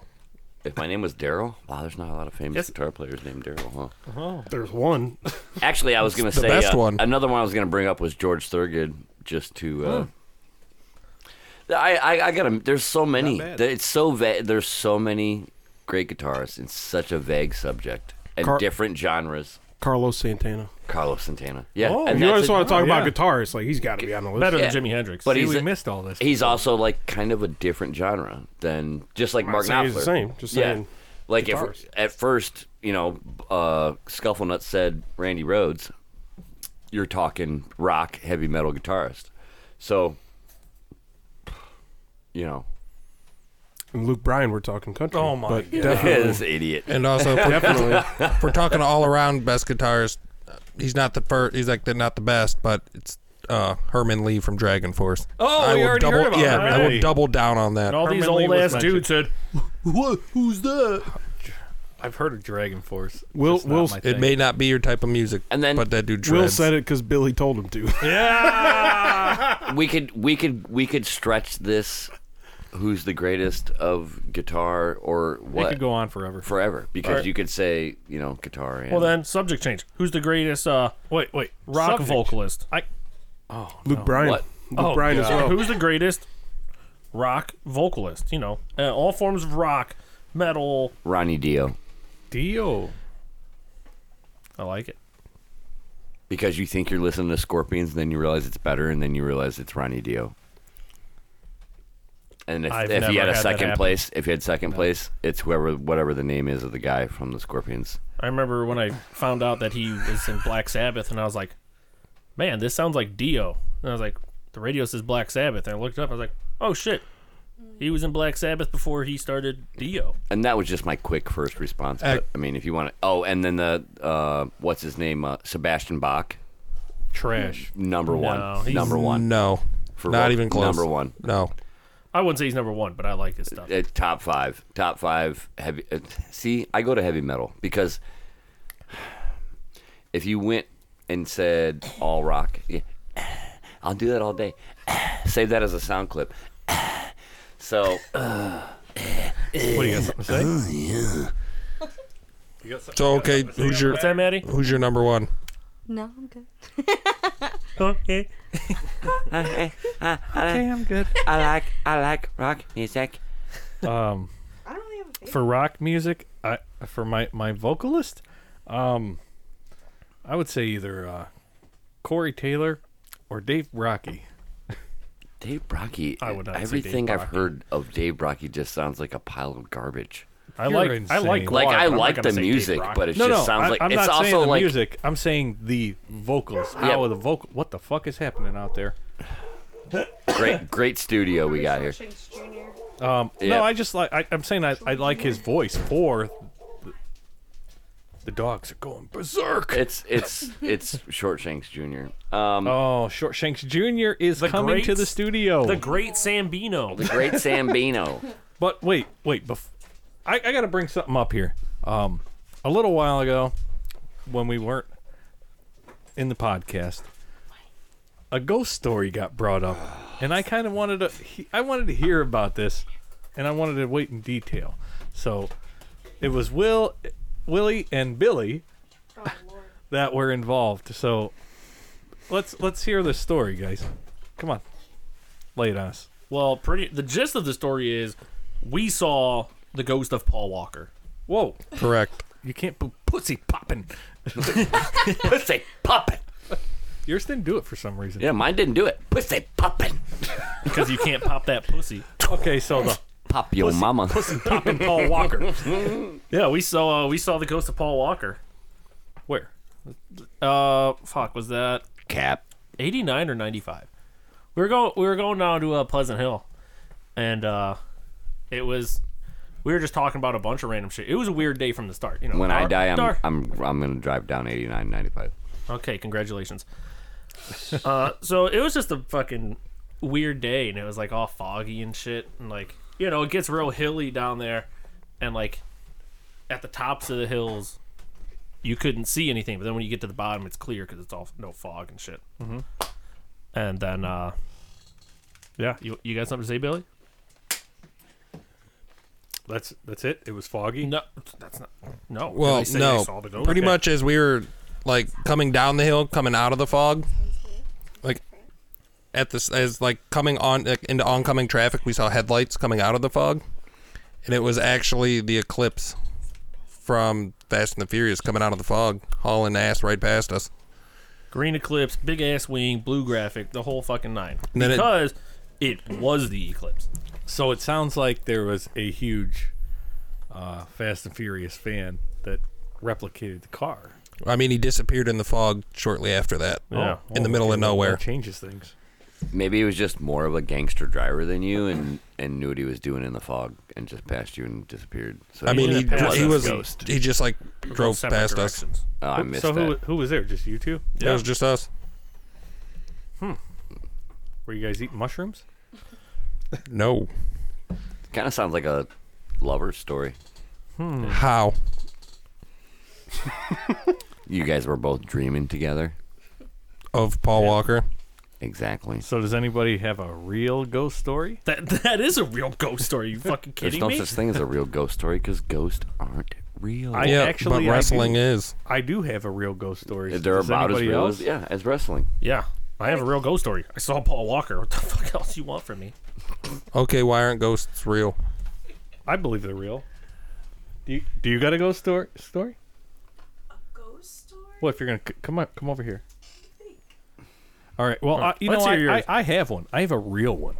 A: if my name was Daryl, wow, there's not a lot of famous
B: Yes.
A: guitar players named Daryl, huh?
B: Oh.
D: There's one.
A: Actually, I was going to
E: the
A: say
E: best
A: uh,
E: one.
A: another one I was going to bring up was George Thurgood, just to. Uh, I, I I gotta. There's so many.
C: bad.
A: Th- It's so vague. There's so many great guitarists. It's such a vague subject and
D: Car-
A: different genres.
D: Carlos Santana.
A: Carlos Santana. Yeah,
C: Oh,
A: and
D: you
A: that's
D: always
A: a-
D: want to talk
C: yeah.
D: about guitarists. Like, he's got to be on the list.
B: Better
A: Yeah.
B: than Jimi Hendrix.
A: But
C: See,
A: he's
C: we
A: a-
C: missed all this.
A: He's also like kind of a different genre than just like Mark
D: saying
A: Knopfler.
D: he's the same, just saying
A: Like if
D: guitarist.
A: at first, you know, uh, Scufflenut said Randy Rhodes, you're talking rock heavy metal guitarist. So, you know,
D: And Luke Bryan, we're talking country.
C: Oh, my
D: but
C: God.
D: Definitely.
A: this idiot.
E: And also, if we're,
D: definitely.
E: if we're talking all around best guitarist, uh, he's not the first. He's like the, not the best, but it's uh, Herman Lee from Dragon Force.
C: Oh,
E: I
C: we
E: will
C: already
E: double.
C: heard about
E: yeah,
C: Herman
E: I will
C: Lee.
E: double down on that.
B: and all these
C: Herman Lee
B: old
C: was
B: ass dudes said,
C: Who's that? I've heard of Dragon Force.
D: Will-
C: Just not
D: Will-
C: my
E: It
C: thing.
E: may not be your type of music,
A: And then-
E: but that dude
D: Will
E: shreds.
D: said it because Billy told him to.
A: we could we could we could stretch this. Who's the greatest of guitar or
C: It
A: what
C: could go on forever.
A: forever? Because
B: Alright.
A: you could say you know guitar. And
B: well then, subject change. Who's the greatest uh,
C: Wait, wait.
B: rock
C: Subject.
B: vocalist? Oh,
C: I
D: Luke Bryan.
A: What?
D: Luke Bryan as well.
B: Who's the greatest rock vocalist? You know, uh, all forms of rock, metal.
A: Ronnie Dio,
C: Dio.
B: I like it.
A: because you think you're listening to Scorpions, and then you realize it's better, and then you realize it's Ronnie Dio. And if,
B: I've
A: if he
B: never
A: had a
B: had that
A: second
B: happen.
A: place, if he had second place, it's whoever whatever the name is of the guy from the Scorpions.
B: I remember when I found out that he was in Black Sabbath, and I was like, "Man, this sounds like Dio." And I was like, "The radio says Black Sabbath," and I looked it up. I was like, "Oh shit, he was in Black Sabbath before he started Dio."
A: And that was just my quick first response.
E: Ac-
A: But, I mean, if you want to, oh, and then the uh, what's his name, uh, Sebastian Bach,
C: Trash.
A: number
B: No,
A: one,
B: he's-
A: number one.
E: No,
A: for
E: not
A: voc-
E: even close.
A: Number one,
E: No,
B: I wouldn't say he's number one, but I like his stuff.
A: Uh, top five, top five heavy. Uh, see, I go to heavy metal because if you went and said all rock, yeah, I'll do that all day. Save that as a sound clip. so, Oh,
C: What do you got something to say?
E: Oh, So okay, who's your
B: What's that, Maddie?
E: who's your number one?
F: No, I'm good.
B: Okay.
A: I
C: I'm good.
A: like I like rock music.
C: Um,
F: I don't really have a favorite.
C: for rock music, I for my my vocalist, um, I would say either uh, Corey Taylor or Dave Rocky.
A: Dave Brockie.
C: I would not say Dave
A: everything I've
C: Brockie.
A: heard of Dave Brockie just sounds like a pile of garbage.
C: I You're like I insane. like
A: Like I
C: Guar, but I'm not
A: like
C: gonna
A: the
C: say Dave
A: music,
C: Rocky.
A: but it
C: no,
A: just
C: no,
A: sounds
C: I,
A: like
C: I'm
A: it's
C: not saying
A: also
C: the
A: like
C: music. I'm saying the vocals.
A: Yeah.
C: How are the vocal? What the fuck is happening out there?
A: great great studio we got here.
G: Chinks Jr.
C: Um,
A: Yeah.
C: No, I just like I, I'm saying I, I like his voice for the, the dogs are going berserk.
A: It's it's it's Shortshanks Jr. Um,
C: Oh, Shortshanks Jr. is coming to
B: great-
C: the studio.
B: The great Sambino.
A: the great Sambino.
C: But wait, wait. Bef- I, I got to bring something up here. Um, a little while ago, when we weren't in the podcast, a ghost story got brought up, and I kind of wanted to. He- I wanted to hear about this, and I wanted to wait in detail. So, it was Will, Willie, and Billy
G: Oh, Lord.
C: that were involved. So, let's let's hear this story, guys. Come on, lay it on us.
B: Well, pretty. The gist of the story is, we saw the ghost of Paul Walker.
C: Whoa,
E: Correct.
C: you can't be pussy popping.
A: Pussy popping.
C: Yours didn't do it for some reason.
A: Yeah, mine didn't do it. Pussy popping.
B: Because you can't pop that pussy.
C: Okay, so the
A: Pop your mama.
C: popping Paul Walker.
B: Yeah, we saw uh, we saw the ghost of Paul Walker.
C: Where?
B: Uh, fuck, was that
A: Cap.
B: eighty nine or ninety five? We were going we were going down to uh, Pleasant Hill, and uh, it was we were just talking about a bunch of random shit. It was a weird day from the start. You know,
A: When I
B: dark-
A: die, I'm
B: dark-
A: I'm I'm gonna drive down 89, 95.
B: Okay, congratulations. uh, so it was just a fucking weird day, and it was like all foggy and shit, and like you know, it gets real hilly down there, and like at the tops of the hills, you couldn't see anything, but then when you get to the bottom, it's clear because it's all no fog and shit. Mm-hmm. And then, uh, yeah, you you got something to say, Billy?
C: That's that's it. It was foggy.
B: No, that's not. No.
C: Oh,
E: Well,
B: Did I say I
E: no.
B: saw the ghost?
E: Pretty
B: Okay.
E: much as we were like coming down the hill, coming out of the fog, like at this as like coming on like, into oncoming traffic, we saw headlights coming out of the fog, and it was actually the eclipse from Fast and the Furious coming out of the fog, hauling ass right past us.
B: Green Eclipse, big ass wing, blue graphic, the whole fucking nine.
E: And then it-
B: because it, was the Eclipse.
C: So it sounds like there was a huge uh, Fast and Furious fan that replicated the car.
E: I mean, he disappeared in the fog shortly after that.
C: Oh.
E: in the middle of
C: okay, well,
E: nowhere.
C: that changes things.
A: Maybe he was just more of a gangster driver than you, and and knew what he was doing in the fog, and just passed you and disappeared. So
E: I mean,
A: he,
E: he,
B: Yeah,
E: he was
B: ghost.
E: he just like drove
B: Separate
E: past us.
B: directions.
A: oh, I missed
C: so
A: that.
C: who who was there? Just you two?
E: It was just us.
C: Were you guys eating mushrooms?
E: No,
A: Kind of sounds like a lover story.
E: Hmm. how?
A: You guys were both dreaming together.
E: Of Paul Walker.
A: Exactly.
C: So does anybody have a real ghost story?
B: That that is a real ghost story. You fucking
A: There's
B: kidding
A: no
B: me?
A: such thing as a real ghost story because ghosts aren't real.
C: I-
E: Yeah,
C: actually,
E: but
C: I
E: wrestling
C: do.
E: is.
C: I do have a real ghost story.
A: They're
C: Does
A: about as
C: anybody
A: real
C: else?
A: as yeah as wrestling.
B: yeah, I have a real ghost story. I saw Paul Walker. What the fuck else you want from me?
E: Okay, why aren't ghosts real?
C: I believe they're real. Do you, do you got a ghost story? Story?
G: A ghost story?
C: Well, if you're gonna c- come on, come over here. All right. Well, I, you
B: Let's
C: know,
B: hear
C: I,
B: yours.
C: I, I have one. I have a real one,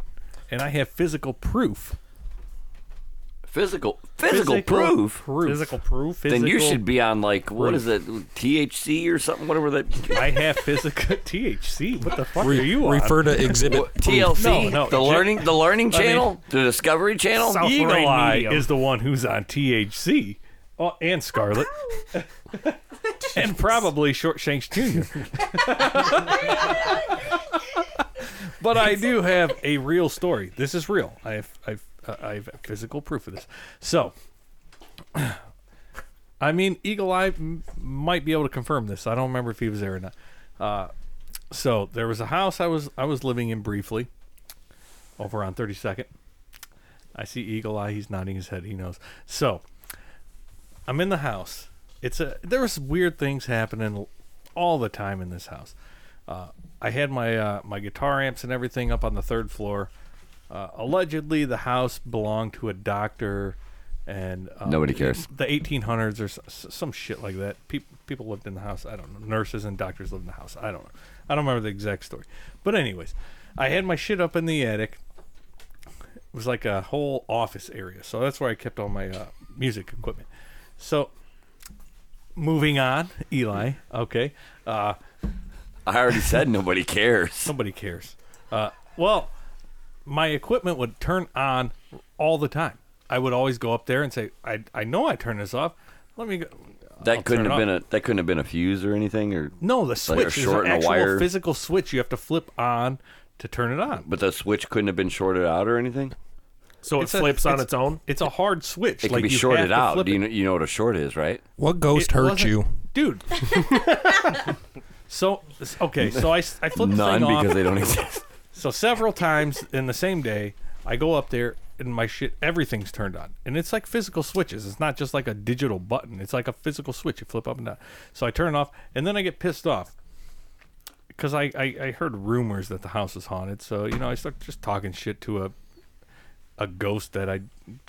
C: and I have physical proof.
A: Physical physical, proof.
C: proof.
B: Physical proof.
A: Then you
C: physical
A: should be on like what is it THC or something whatever that
C: I have physical THC. What the fuck are you on?
E: Refer to exhibit.
A: TLC
C: No, no,
A: the
C: ju-
A: learning the learning
C: I mean-
A: channel the Discovery Channel.
B: South
C: Eagle
B: Lorraine
C: Eye
B: Medium.
C: is the one who's on THC. Oh, and Scarlet. and probably Shortshanks Jr. but I do have a real story. This is real. I have, I've, uh, I have physical proof of this. So, I mean, Eagle Eye m- might be able to confirm this. I don't remember if he was there or not. Uh, So there was a house I was I was living in briefly, over on Thirty Second. I see Eagle Eye. He's nodding his head. He knows. So I'm in the house. It's a there was weird things happening all the time in this house. Uh, I had my uh, my guitar amps and everything up on the third floor. Uh, allegedly, the house belonged to a doctor, and um,
A: Nobody cares.
C: The 1800s or s- s- some shit like that. People people lived in the house. I don't know. Nurses and doctors lived in the house. I don't know. I don't remember the exact story. But anyways, I had my shit up in the attic it was like a whole office area. So that's where I kept all my uh, music equipment. So moving on, Eli. Okay. Uh,
A: I already said nobody cares.
C: Nobody cares. Uh, well, my equipment would turn on all the time. I would always go up there and say, I, I know I turned this off. Let me go.
A: That
C: I'll
A: couldn't
C: turn it
A: have been
C: off.
A: a that couldn't have been a fuse or anything or
C: No, the
A: like
C: switch. is
A: short and
C: an
A: a
C: actual
A: wire.
C: physical switch you have to flip on to turn it on.
A: but the switch couldn't have been shorted out or anything.
B: So it
C: a-
B: flips on its own.
C: It's a hard switch.
A: It could
C: like you
A: be
C: have
A: shorted
C: to
A: out.
C: flip
A: Do
C: it.
A: you know, you know what a short is, right?
E: What ghost
C: It
E: hurt
C: wasn't-
E: you?
C: dude. so s- okay, so I s- I flipped the
A: None
C: thing off.
A: because they don't exist.
C: so several times in the same day, I go up there and my shit, everything's turned on, and it's like physical switches. It's not just like a digital button. It's like a physical switch. You flip up and down. So I turn it off, and then I get pissed off because I, I I heard rumors that the house is haunted. So you know, I start just talking shit to a a ghost that I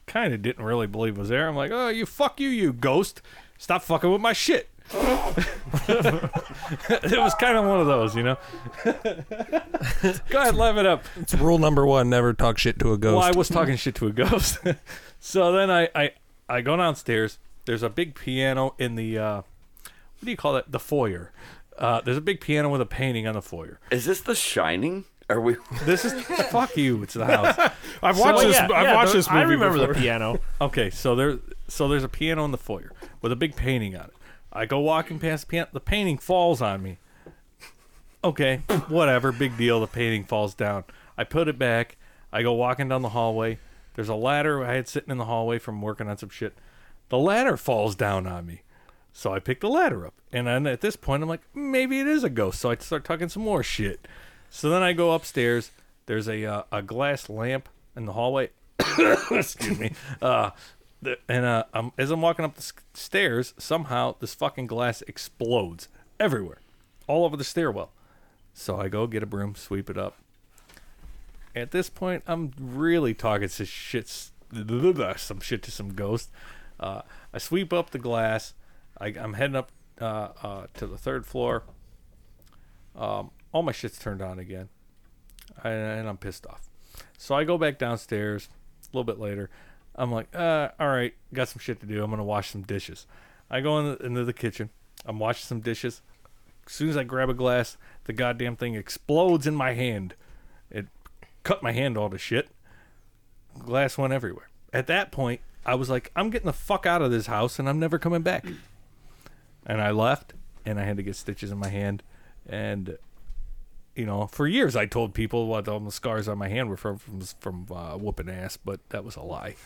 C: kind of didn't really believe was there. I'm like, oh, you fuck you, you ghost. Stop fucking with my shit. it was kind of one of those, you know. Go ahead, laugh it up.
E: It's rule number one: never talk shit to a ghost.
C: Well, I was talking shit to a ghost. so then I, I I go downstairs. There's a big piano in the uh, what do you call it? The foyer. Uh, there's a big piano with a painting on the foyer.
A: Is this The Shining? Are we?
C: This is fuck you. It's the house.
D: I've watched
C: So,
D: this.
C: yeah,
D: I've
B: Yeah,
D: watched
B: the-
D: this movie.
B: I remember
D: before.
B: the piano.
C: Okay, so there so there's a piano in the foyer with a big painting on it. I go walking past the piano. The painting falls on me. Okay, whatever, big deal. The painting falls down. I put it back. I go walking down the hallway. There's a ladder I had sitting in the hallway from working on some shit. The ladder falls down on me. So I pick the ladder up. And then at this point, I'm like, maybe it is a ghost. So I start talking some more shit. So then I go upstairs. There's a, uh, a glass lamp in the hallway. Excuse me. Uh, the, and uh, I'm, as I'm walking up the s- stairs, somehow this fucking glass explodes everywhere, all over the stairwell. So I go get a broom, sweep it up. At this point, I'm really talking some shit, some shit to some ghost. Uh, I sweep up the glass. I, I'm heading up uh, uh, to the third floor. Um, all my shit's turned on again, and, and I'm pissed off. So I go back downstairs a little bit later. I'm like, uh, all right, got some shit to do. I'm gonna wash some dishes. I go in the, into the kitchen. I'm washing some dishes. As soon as I grab a glass, the goddamn thing explodes in my hand. It cut my hand all to shit. Glass went everywhere. At that point, I was like, I'm getting the fuck out of this house and I'm never coming back. And I left and I had to get stitches in my hand. And, you know, for years I told people what all the scars on my hand were from from, from uh, whooping ass, but that was a lie.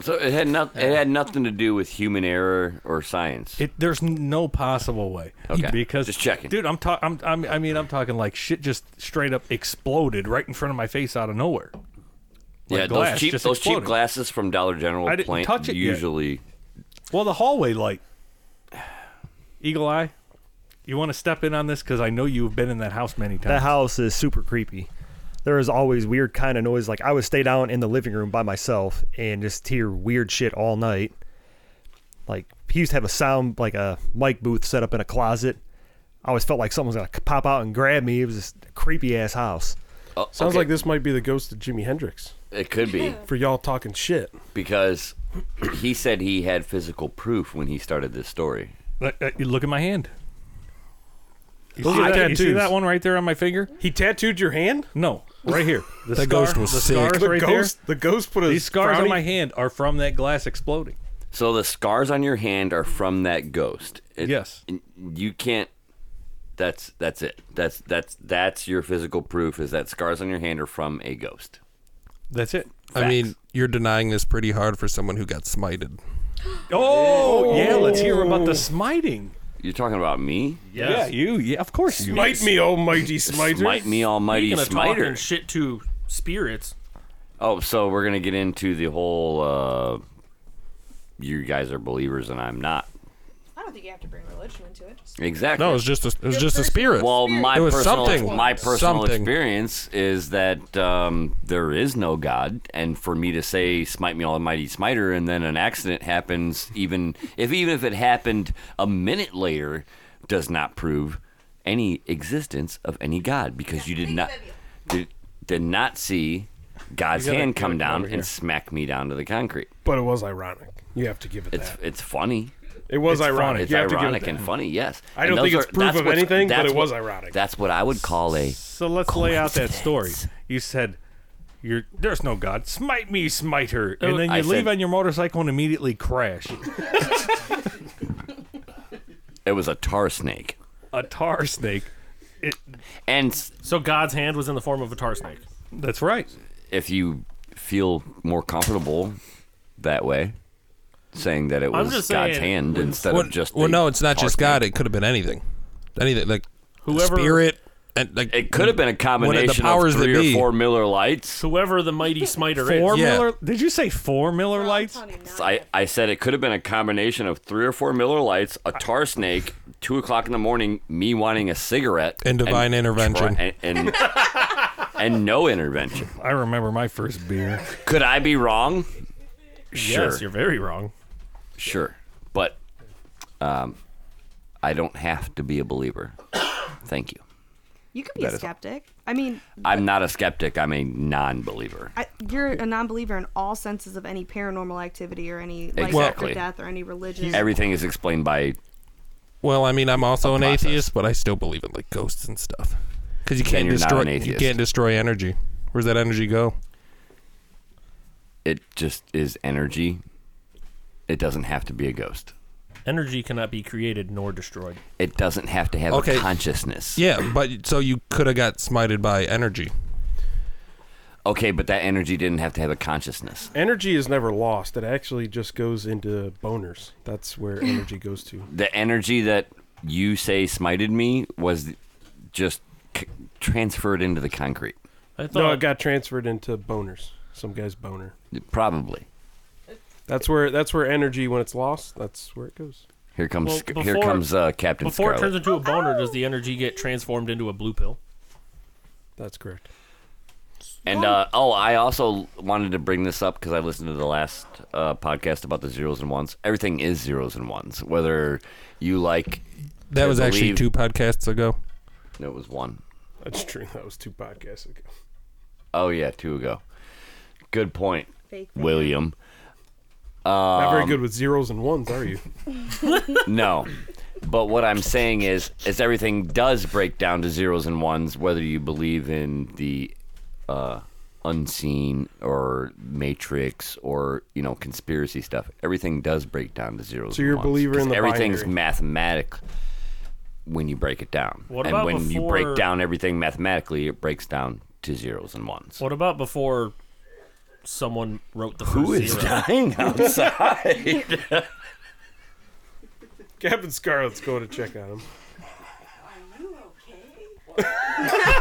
A: So it had not, It had nothing to do with human error or science.
C: It there's no possible way.
A: Okay.
C: Because
A: Just checking.
C: dude. I'm talking. I'm, I'm. I mean, I'm talking like shit just straight up exploded right in front of my face out of nowhere. Like
A: yeah,
C: glass
A: those cheap,
C: just
A: those cheap
C: exploded.
A: glasses from Dollar General.
C: I didn't
A: plant-
C: touch it yet.
A: usually.
C: Well, the hallway light. Eagle Eye, you want to step in on this because I know you've been in that house many times.
H: That house is super creepy. There is always weird kind of noise. Like I would stay down in the living room by myself and just hear weird shit all night. Like he used to have a sound like a mic booth set up in a closet. I always felt like someone was gonna pop out and grab me. It was just a creepy ass house.
A: Oh,
D: Sounds
A: okay.
D: like this might be the ghost of Jimi Hendrix
A: it could be
D: for y'all talking shit.
A: because he said he had physical proof when he started this story.
C: Look- uh, you look at my hand. You
D: Those
C: see
D: are
C: that- you see
D: tattoos.
C: that one right there on my finger?
D: He tattooed your hand.
C: No, right here. The
E: That
C: scar-
E: ghost was
C: the
E: sick.
C: Scars
D: The
C: right
D: ghost.
C: There.
D: The ghost put a
C: These scars on
D: frowny-
C: my hand are from that glass exploding.
A: So the scars on your hand are from that ghost. It-
C: Yes.
A: n- You can't. That's that's it. That's that's that's your physical proof is that scars on your hand are from a ghost.
C: That's it.
E: I mean, you're denying this pretty hard for someone who got smited.
C: Oh, yeah, let's hear about the smiting.
A: You're talking about me?
C: Yeah, you. Yeah, of course you.
D: Smite me, almighty smiter.
A: Smite me, almighty
B: Speaking of talking
A: smiter.
B: shit to spirits,
A: Oh, so we're gonna get into the whole. uh You guys are believers and I'm not.
F: I don't think you have to bring religion into it. Just
A: Exactly.
E: No, it was just a, it was
F: Your
E: just a
F: first-
E: spirit.
A: well, my
E: It was
A: personal
E: something.
A: my personal
E: Something.
A: experience is that um, there is no God, and for me to say "smite me, Almighty Smiter," and then an accident happens, even if even if it happened a minute later, does not prove any existence of any God because you did not did, did not see God's hand come down and smack me down to the concrete.
D: But it was ironic. You have to give it
A: It's
D: that.
A: it's funny.
D: It was
A: It's
D: ironic.
A: fun- It's
D: you have to give
A: ironic
D: it that.
A: and funny, yes.
D: I
A: And
D: don't
A: those
D: think it's proof
A: that's
D: of
A: what's-
D: anything, but
A: that's
D: it was
A: what-
D: ironic.
A: That's what I would call a.
C: So let's lay out that story. You said, "You're there's no God. Smite me, smiter,"
D: Oh,
C: and then you
A: Oh, I
C: leave
A: said-
C: on your motorcycle and immediately crash
A: It was a tar snake,
C: a tar snake.
A: and s-
B: so God's hand was in the form of a tar snake.
C: That's right.
A: if you feel more comfortable that way, saying that it
B: I'm
A: was
B: just
A: God's
B: saying-
A: hand instead
E: well,
A: of just.
E: well,
A: the
E: no, it's not
A: tar
E: just
A: snake.
E: God. It could have been anything, anything like
B: Whoever-
E: spirit and like
A: It could have been a combination
E: powers
A: of
E: that
A: three
E: be.
A: or four Miller Lights.
B: Whoever the mighty smiter
C: Four
B: is.
E: Yeah.
C: Miller. Did you say four Miller lights?
A: I, I said it could have been a combination of three or four Miller Lights, a tar snake, two o'clock in the morning, me wanting a cigarette,
E: And divine intervention.
A: try- and and, and no intervention.
C: I remember my first beer.
A: Could I be wrong? Sure,
C: Yes, you're very wrong.
A: sure, but um, I don't have to be a believer. Thank you.
F: You could be a skeptic. I mean,
A: I'm not a skeptic. I'm a non-believer.
F: I, you're a non-believer in all senses of any paranormal activity or any life
A: Exactly.
F: after death or any religion.
A: Everything is explained by
E: Well, I mean, I'm also an
A: process.
E: atheist, but I still believe in like ghosts and stuff. Because you can't
A: you're not
E: destroy
A: an
E: you
A: atheist.
E: can't destroy energy. Where's that energy go?
A: it just is energy. It doesn't have to be a ghost.
B: Energy cannot be created nor destroyed.
A: It doesn't have to have
E: Okay.
A: a consciousness.
E: Yeah, but so you could have got smited by energy.
A: Okay, but that energy didn't have to have a consciousness.
D: Energy is never lost. It actually just goes into boners. That's where energy goes to.
A: The energy that you say smited me was just c- transferred into the concrete.
B: I thought
D: No, it got transferred into boners. Some guy's boner.
A: Probably.
D: That's where that's where energy when it's lost, that's where it goes.
A: Here comes
B: Well,
A: here
B: before-
A: comes uh, Captain
B: before it
A: Scarlet.
B: turns into a boner, does the energy get transformed into a blue pill?
D: That's correct.
A: And uh, oh, I also wanted to bring this up because I listened to the last uh, podcast about the zeros and ones. Everything is zeros and ones, whether you like.
E: That
A: to
E: was actually
A: believe-
E: two podcasts ago.
A: No, it was one.
D: That's true. That was two podcasts ago.
A: Oh yeah, two ago. Good point,
F: Fake. fake.
A: William. Um,
D: Not very good with zeros and ones, are you?
A: No, but what I'm saying is, is everything does break down to zeros and ones, whether you believe in the uh, unseen or matrix or you know conspiracy stuff. Everything does break down to zeros.
D: So you're a
A: and ones,
D: believer in
A: 'cause
D: the
A: everything's
D: binary.
A: mathematic when you break it down,
B: What
A: and
B: about
A: when you break
B: before-
A: down everything mathematically, it breaks down to zeros and ones.
B: What about before someone wrote the first
A: Who is
B: zero?
A: dying outside?
D: Captain Scarlet's going to check on him.
G: You okay?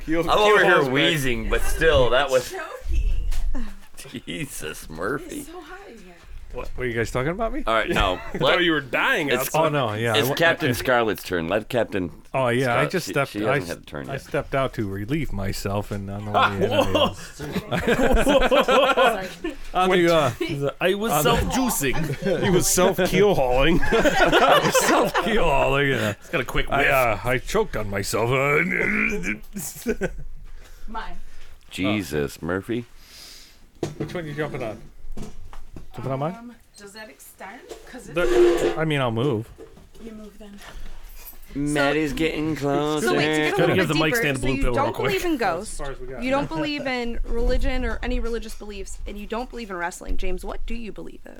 D: Keel-
A: I'm over
D: Keelhaul's
A: here
D: back.
A: wheezing, but still, that was
G: Joking.
A: Jesus Murphy.
G: So hot in here.
C: What were you guys talking about me?
A: All right, no.
D: I
A: Let,
D: thought you were dying
A: It's-
D: outside.
C: Oh no, yeah. I
A: it's
C: wa-
A: Captain Scarlet's turn. Let Captain.
C: Oh yeah, I
A: Scarlet-
C: just
A: she-
C: stepped.
A: she
C: I,
A: hasn't had a turn
C: I
A: yet.
C: stepped out to relieve myself, and on the way in, I, uh, on the, uh,
B: I was self-juicing.
D: He was self keel hauling.
C: self keel, like, uh,
B: it's got a quick whiff.
C: I, uh, I choked on myself.
G: Mine.
A: Jesus Murphy.
C: Which one are you jumping on? Jumping on mine?
G: Um, does that extend? Cause it's
C: I mean, I'll move.
G: you move then.
A: Maddie's getting closer.
F: So wait, to get
B: Gotta
F: a little
B: give
F: bit
B: the mic
F: deeper,
B: stand
F: so
B: blue
F: you
B: pill real
F: don't
B: quick.
F: believe in ghosts, you don't believe in religion or any religious beliefs, and you don't believe in wrestling. James, what do you believe in?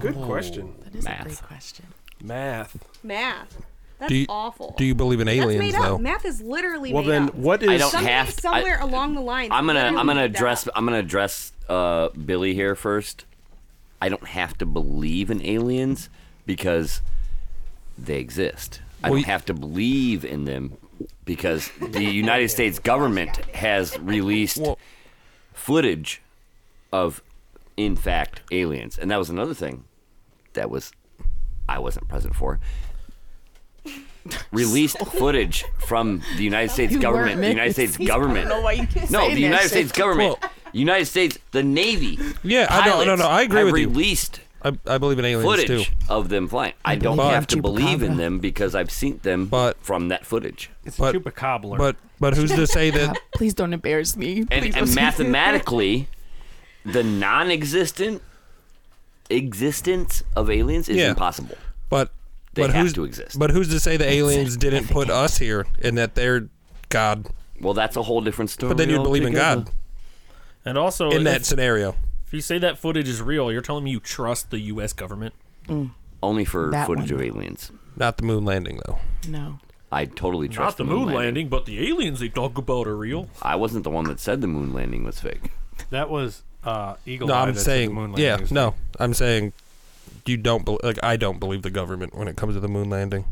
D: Good question.
G: That is
A: Math.
G: a great question.
D: Math.
F: Math. That's
E: Do you-
F: awful.
E: Do you believe in
F: That's
E: aliens
F: made up.
E: though?
F: Math is literally
D: Well
F: made
D: then
F: up.
D: what
A: I
D: is
A: don't
F: Somebody
A: have to.
F: somewhere
A: I,
F: along the line.
A: I'm gonna.
F: literally
A: I'm gonna
F: made that
A: address.
F: up.
A: I'm gonna address uh, Billy here first. I don't have to believe in aliens because they exist. I
E: Well,
A: don't
E: you-
A: have to believe in them because the United States government has released footage of, in fact, aliens. And that was another thing that was I wasn't present for. Released footage from the United States
I: You
A: government.
I: weren't,
A: The
I: man.
A: United States
I: He's- I don't
A: government.
I: know why you keep
A: no,
I: saying
A: the
I: that
A: United
I: shit.
A: States government.
E: Well-
A: United States, the Navy.
E: Yeah, I know- no,
A: pilots
E: no, I agree
A: have
E: with you.
A: Released
E: I, I believe in aliens
A: footage
E: too.
A: of them flying. I don't
E: But-
A: have to believe in
I: Chupacabra.
A: them because I've seen them
E: But-
A: from that footage.
C: It's
E: But-
C: chupacabra.
E: But but who's to say that?
I: God, uh, please don't embarrass me.
A: And,
I: Please
A: and
I: don't-
A: mathematically, the non-existent existence of aliens is
E: Yeah.
A: impossible.
E: But
A: They
E: but
A: have
E: who's
A: to exist.
E: But who's to say the aliens didn't put us here and that they're God?
A: Well, that's a whole different story.
E: But then you'd believe in
A: altogether.
E: God
B: And also,
E: in that
B: if-
E: scenario.
B: If you say that footage is real, you're telling me you trust the U.S. government?
A: Only for
I: That
A: footage
I: one.
A: of aliens.
E: Not the moon landing though.
I: no.
A: I totally
B: Not
A: trust
B: the moon landing, but the aliens they talk about are real.
A: I wasn't the one that said the moon landing was fake.
C: that was uh, Eagle
E: No,
C: Eye
E: I'm
C: that said the moon
E: saying
C: landing
E: yeah,
C: is-
E: no. I'm saying you don't bel like I don't believe the government when it comes to the moon landing.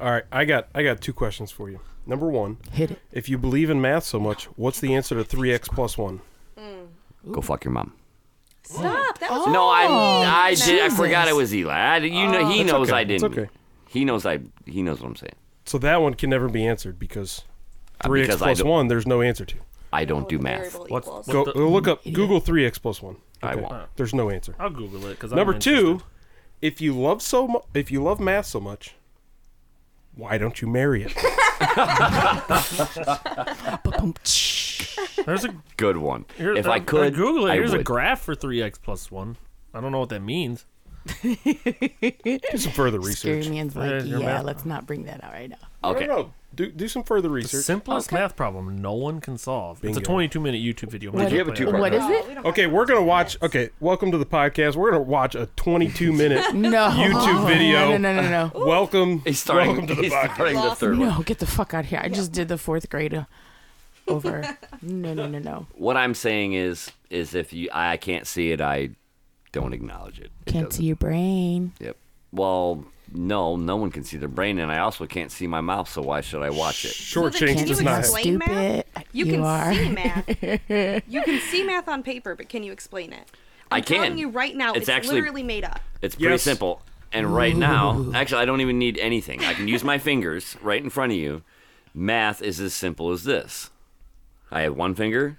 D: All right, I got I got two questions for you. Number one,
I: Hit it.
D: if you believe in math so much, what's the answer to three x plus one?
G: Mm.
A: Go fuck your mom.
F: Stop. That was
D: Oh,
A: No, I I did. I
I: Jesus.
A: forgot it was Eli. I, you know, he
D: Oh, It's
A: knows
D: okay,
A: I
D: it's
A: didn't.
D: okay.
A: He knows I. He knows what I'm saying.
D: So that one can never be answered because
A: Uh,
D: three x
A: because I
D: plus
A: don't-
D: one, there's no answer to.
A: I don't do math.
F: What's,
D: Go
B: the-
D: look up Google three x plus one.
A: I won't.
D: There's no answer.
B: I'll Google it because
D: Number two, if you love so mu- if you love math so much, why don't you marry it?
I: Ba-bum, tsh.
B: There's a
A: Good one.
B: here,
A: if
B: uh,
A: I could,
B: Google it.
A: I
B: Here's
A: would.
B: a graph for three x plus one. I don't know what that means.
D: do some further
I: Scary
D: research.
I: man's like,
B: your
I: yeah,
B: mouth.
I: let's not bring that out right now.
D: I
A: okay.
D: don't know. Do do some further
B: The
D: research.
B: simplest math problem no one can solve. It's
D: Bingo.
B: a 22 minute YouTube video.
I: What-
A: you have a two-part
I: What is
A: graph?
I: it?
D: Okay, we're gonna watch. Okay, welcome to the podcast. We're gonna watch a 22 minute.
I: No.
D: YouTube video.
I: No, no, no, no.
D: welcome,
A: He's starting.
D: welcome to the
A: he's
D: podcast.
A: starting the third
I: No,
A: one.
I: no get the fuck out of here. I just did the fourth grader over. No, no, no, no.
A: What I'm saying is, is if you, I can't see it, I don't acknowledge it. It
I: Can't
A: doesn't-
I: see your brain.
A: Yep. Well, no, no one can see their brain, and I also can't see my mouth. So why should I watch it?
D: Short change
I: Can't
D: does
I: see
D: not
I: how
D: happen.
F: explain math?
I: stupid
F: You,
I: you
F: can
I: are.
F: see math. you can see math on paper, but can you explain it? I'm
A: I can.
F: telling you right now,
A: It's
F: it's,
A: actually-
F: literally made up.
A: It's pretty
D: Yes.
A: simple. And right now, actually, I don't even need anything. I can use my fingers right in front of you. Math is as simple as this. I have one finger,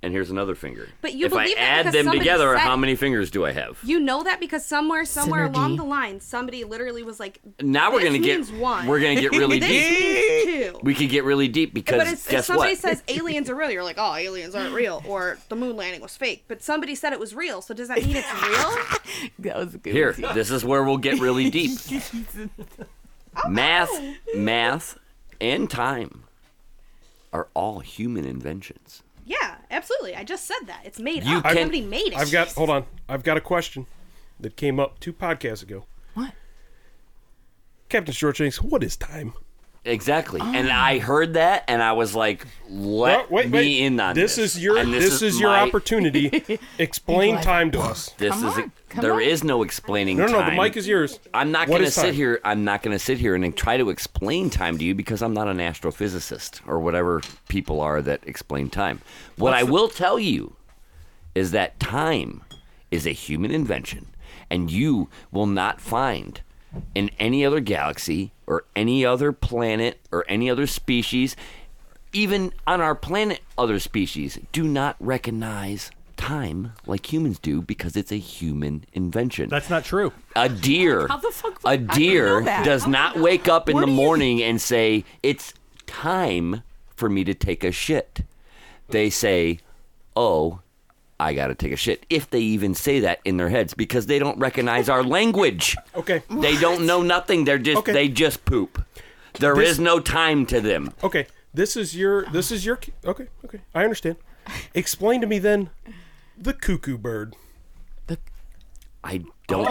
A: and here's another finger.
F: But you
A: if I
F: believe that
A: add
F: because
A: them
F: somebody
A: together,
F: said
A: how
F: it.
A: many fingers do I have?
F: You know that because somewhere, somewhere along
I: Synergy.
F: the line, somebody literally was like,
A: Now we're
F: "This
A: gonna get
F: means one.
A: we're gonna get really
F: this
A: deep.
F: means two.
A: We could get really deep
F: But
A: because
F: it's, if
A: guess
F: somebody
A: what?
F: says aliens are real, you're like, oh, aliens aren't real, or the moon landing was fake. But somebody said it was real, so does that mean it's real?
I: That was a good.
A: Here,
I: one, too.
A: this is where we'll get really deep.
I: Oh.
A: math, math, and time are all human inventions.
F: yeah, absolutely. I just said that. It's made
A: You
F: up.
A: can-
F: somebody made it.
D: I've got. Hold on. I've got a question that came up two podcasts ago.
I: What?
D: Captain Shortshanks, what is time?
A: Exactly.
I: Oh.
A: And I heard that and I was like,
D: Oh,
A: let
D: wait,
A: me
D: wait.
A: in on this.
D: this. is your.
A: And
D: This, is, your
A: my-
D: opportunity. Explain time to us.
A: This
I: Come
A: is
I: on, come
A: there
I: on.
A: is no explaining
D: No, no, no.
A: time.
D: The mic is yours.
A: I'm not
D: What
A: going to
D: is time?
A: sit here I'm not going to sit here and try to explain time to you because I'm not an astrophysicist or whatever people are that explain time. What I will tell you is that time is a human invention and you will not find in any other galaxy or any other planet or any other species even on our planet other species do not recognize time like humans do because it's a human invention
C: That's not true.
A: a deer.
I: How the fuck-
A: A
I: I didn't
A: deer
I: know that.
A: does
I: How
A: not wake up in
I: What
A: the
I: do you-
A: morning and say, "It's time for me to take a shit." They say, "Oh, I got to take a shit." If they even say that in their heads because they don't recognize our language.
D: Okay.
A: They don't know nothing. They're just
D: Okay.
A: they just poop. There is
D: This-
A: no time to them.
D: Okay. This is your. This is your. Okay. Okay. I understand. Explain to me then, the cuckoo bird.
I: The
A: I don't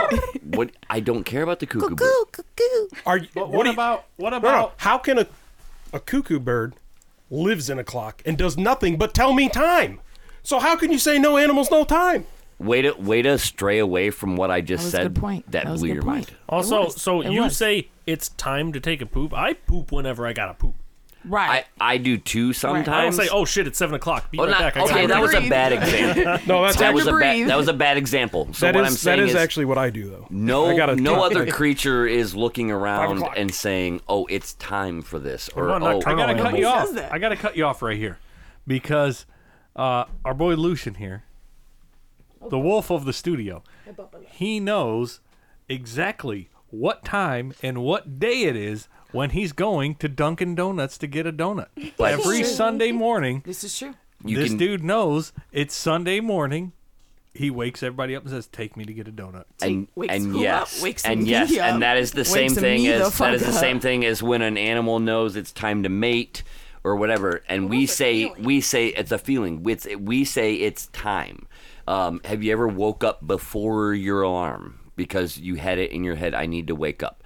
A: what I don't care about the cuckoo. bird.
I: cuckoo, cuckoo.
D: Are you,
C: But
D: what
C: what,
D: do you-
C: about what
D: No, no.
C: about
D: How can a a cuckoo bird lives in a clock and does nothing but tell me time? So how can you say no animals, no time?
A: Way to way to stray away from what I just
I: was a
A: said.
I: good point.
A: That,
I: That was a
A: blew
I: good
A: your
I: point.
A: mind.
B: Also,
I: was.
B: so
I: It
B: you
I: was.
B: say it's time to take a poop. I poop whenever I gotta poop.
A: I,
I: Right.
A: I do too sometimes.
B: I don't say, "Oh shit, it's seven o'clock." Be
A: Oh,
B: right
A: not-
B: back. I
A: okay,
B: gotta
A: that
B: poop."
A: was a
I: breathe.
A: bad example.
D: No, that's
A: that
D: actually,
A: was a bad
I: breathe.
A: that was a bad example. So
D: that
A: what
D: is-
A: I'm saying
D: that is,
A: is,
D: actually what I do though.
A: no
D: I gotta
A: no
D: talk.
A: other creature is looking around
D: o'clock.
A: and saying, "Oh, it's time for this," or
B: Come on,
A: "Oh,
B: nocturnal
C: I gotta cut
B: animals.
C: you
I: says
C: off.
I: that?
C: I gotta cut you off right here because uh, our boy Lucian here, the wolf of the studio, he knows exactly what time and what day it is when he's going to Dunkin' Donuts to get a donut
A: But-
C: every Sunday morning.
I: This is true.
A: you
C: this
A: can
C: dude knows it's Sunday morning. He wakes everybody up and says, "Take me to get a donut."
A: and,
I: wakes
A: and
I: who
A: yes,
I: up, wakes
A: and
I: me
A: yes,
I: up,
A: and that is the
I: wakes
A: same thing
I: me the
A: as that is
I: fuck
A: the same
I: up.
A: thing as when an animal knows it's time to mate or whatever, and we say we say it's a feeling. It's, we say it's time. Um, have you ever woke up before your alarm because you had it in your head? I need to wake up.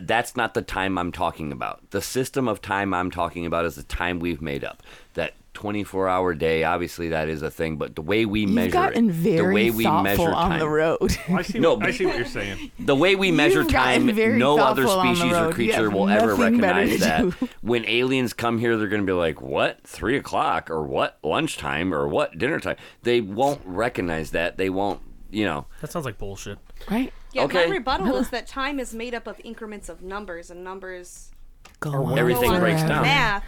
A: That's not the time I'm talking about. The system of time I'm talking about is the time we've made up. That 24 hour day, obviously, that is a thing, but the way we measure
I: You've gotten
A: it,
I: very
A: the way we
I: thoughtful
A: measure
I: on
A: time,
I: the road.
C: I see.
A: No,
C: what, I
A: but-
C: see what you're saying.
A: the way we measure
I: You've gotten
A: time,
I: very
A: no other
I: thoughtful on the
A: species or
I: road. You
A: creature
I: have
A: will ever
I: nothing better
A: recognize
I: to
A: that.
I: do.
A: When aliens come here, they're going to be like, "What? Three o'clock? Or what? Lunchtime? Or what? Dinner time?" They won't recognize that. They won't, you know.
B: That sounds like bullshit.
I: Right?
F: Yeah,
A: Okay.
F: my rebuttal is that time is made up of increments of numbers, and numbers
I: Go
A: Everything
F: go on
A: breaks
F: with
A: down.
F: Math,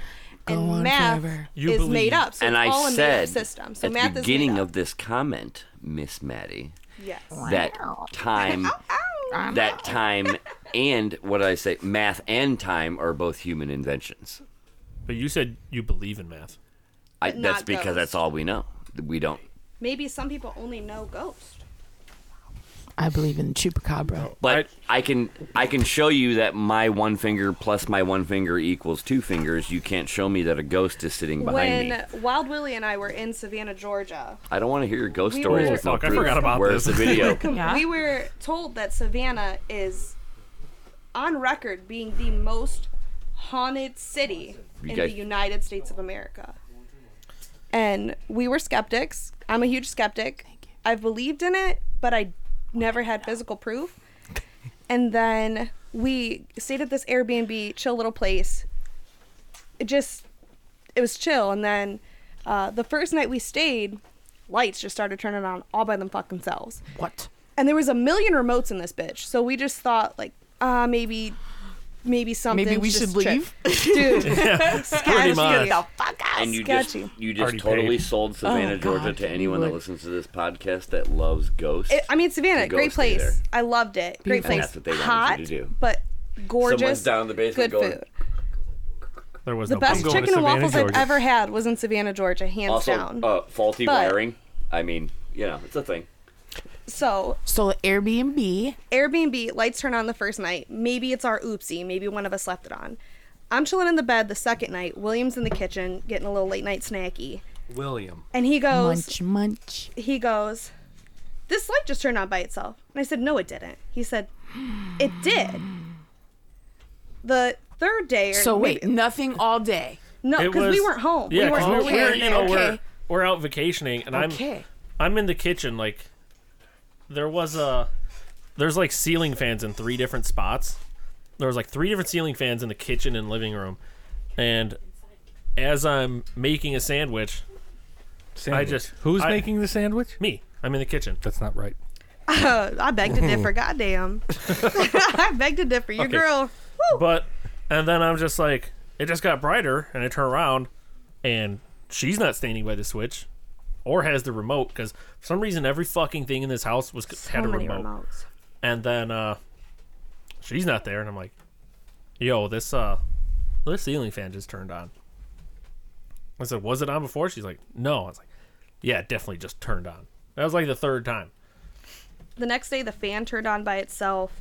I: Go on
F: and math
I: forever.
B: You
F: is
B: believe.
F: made up. So
A: Um, and
F: it's
A: I
F: all a made
A: said
F: up system. So
A: at
F: math
A: the
F: is made
A: beginning
F: up.
A: of this comment, Miss Maddie,
F: yes.
A: that time, that time, and what did I say? Math and time are both human inventions.
B: But you said you believe in math.
A: I,
F: But
A: that's
F: not
A: because
F: those.
A: that's all we know. We don't
F: Maybe some people only know ghosts.
I: I believe in chupacabra.
A: But I, can I can show you that my one finger plus my one finger equals two fingers. You can't show me that a ghost is sitting behind me.
F: When Wild Willie and I were in Savannah, Georgia,
A: I don't want to hear your ghost
F: We
A: stories
F: were-
A: with no
B: Fuck, I
A: proof.
B: forgot about
A: Where's
B: this.
A: the video?
I: Yeah.
F: we were told that Savannah is on record being the most haunted city in
A: guys-
F: the United States of America. And we were skeptics. I'm a huge skeptic. I've believed in it, but I never had physical proof. And then we stayed at this Airbnb, chill little place. It just, it was chill. And then uh, the first night we stayed, lights just started turning on all by them fucking selves
I: What?
F: and there was a million remotes in this bitch. So we just thought like, uh, maybe, maybe something.
I: we should leave?
F: dude. sketchy.
B: much.
I: The fuck out.
A: And you just
F: sketchy.
A: you just totally sold Savannah,
I: Oh,
A: Georgia,
I: God,
A: to
I: you
A: anyone that
I: would.
A: listens to this podcast that loves ghosts.
F: It- I mean, Savannah,
A: To go
F: great
A: stay
F: place.
A: there.
F: I loved it. Great
I: Beautiful.
F: place.
I: And
A: that's what they wanted you
F: Hot,
A: to do.
F: but gorgeous.
A: Someone's down in the basement
F: good
A: going-
F: food.
B: There was
F: The
B: no
F: best
B: poop.
F: chicken and waffles I've ever had was in Savannah, Georgia, hands
A: also,
F: down.
A: uh, faulty
F: But-
A: wiring. I mean, you know, it's a thing.
F: so
I: So Airbnb.
F: Airbnb lights turn on the first night. Maybe it's our oopsie. Maybe one of us left it on. I'm chilling in the bed the second night. William's in the kitchen getting a little late night snacky,
C: William,
F: and he goes,
I: Munch, munch.
F: he goes, This light just turned on by itself. And I said, No, it didn't. He said, It did. The third day or
I: So wait,
F: maybe-
I: nothing all day.
F: no,
B: It
F: because
B: was-
F: we weren't home.
B: Yeah,
F: we weren't
B: 'cause we're,
I: Okay,
B: we're, you know, we're,
I: okay.
B: we're out vacationing, and
I: Okay.
B: I'm I'm in the kitchen. Like, there was a there's like ceiling fans in three different spots. There was like three different ceiling fans in the kitchen and living room, and as I'm making a sandwich,
C: sandwich.
B: just-
C: who's
B: I-
C: making the sandwich?
B: me, I'm in the kitchen.
C: That's not right.
F: Uh, I beg to differ. Goddamn. I beg to differ. Your
B: Okay.
F: girl.
B: But and then I'm just like, it just got brighter, and I turn around, and she's not standing by the switch, or has the remote because for some reason every fucking thing in this house was
F: How
B: had a
F: many
B: remote.
F: remotes?
B: And then uh, she's not there, and I'm like, yo, this uh, this ceiling fan just turned on. I said, was it on before? She's like, no. I was like, yeah, it definitely just turned on. That was like the third time.
F: The next day, the fan turned on by itself.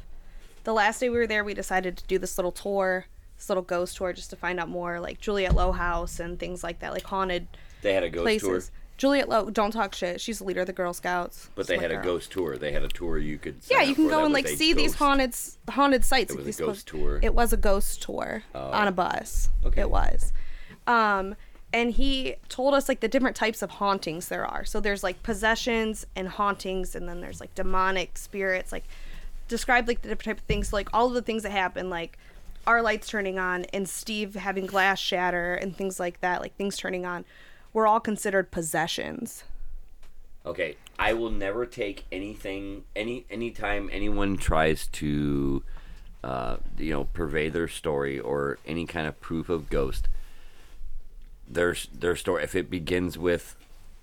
F: The last day we were there, we decided to do this little tour, this little ghost tour, just to find out more, like Juliet Low House and things like that, like haunted
A: They had a ghost tour,
F: places. Juliet Low, don't talk shit. She's the leader of the Girl Scouts.
A: but they
F: She's my
A: had a
F: girl.
A: ghost tour. They had a tour you could.
F: Yeah,
A: sign
F: you
A: up
F: can
A: for.
F: go
A: That
F: and
A: was
F: like
A: a
F: see these
A: ghost-
F: haunted s- haunted sites.
A: It
F: at
A: was a
F: these
A: ghost Oh,
F: places.
A: tour.
F: It was a ghost tour on a bus.
A: Oh.
F: It was. Um, and he told us like the different types of hauntings there are. So there's like possessions and hauntings, and then there's like demonic spirits. Like describe like the different type of things, like all of the things that happen, like our lights turning on and Steve having glass shatter and things like that, like things turning on, were all considered possessions.
A: Okay, I will never take anything any anytime anyone tries to, uh, you know, purvey their story or any kind of proof of ghost. Their their story, if it begins with,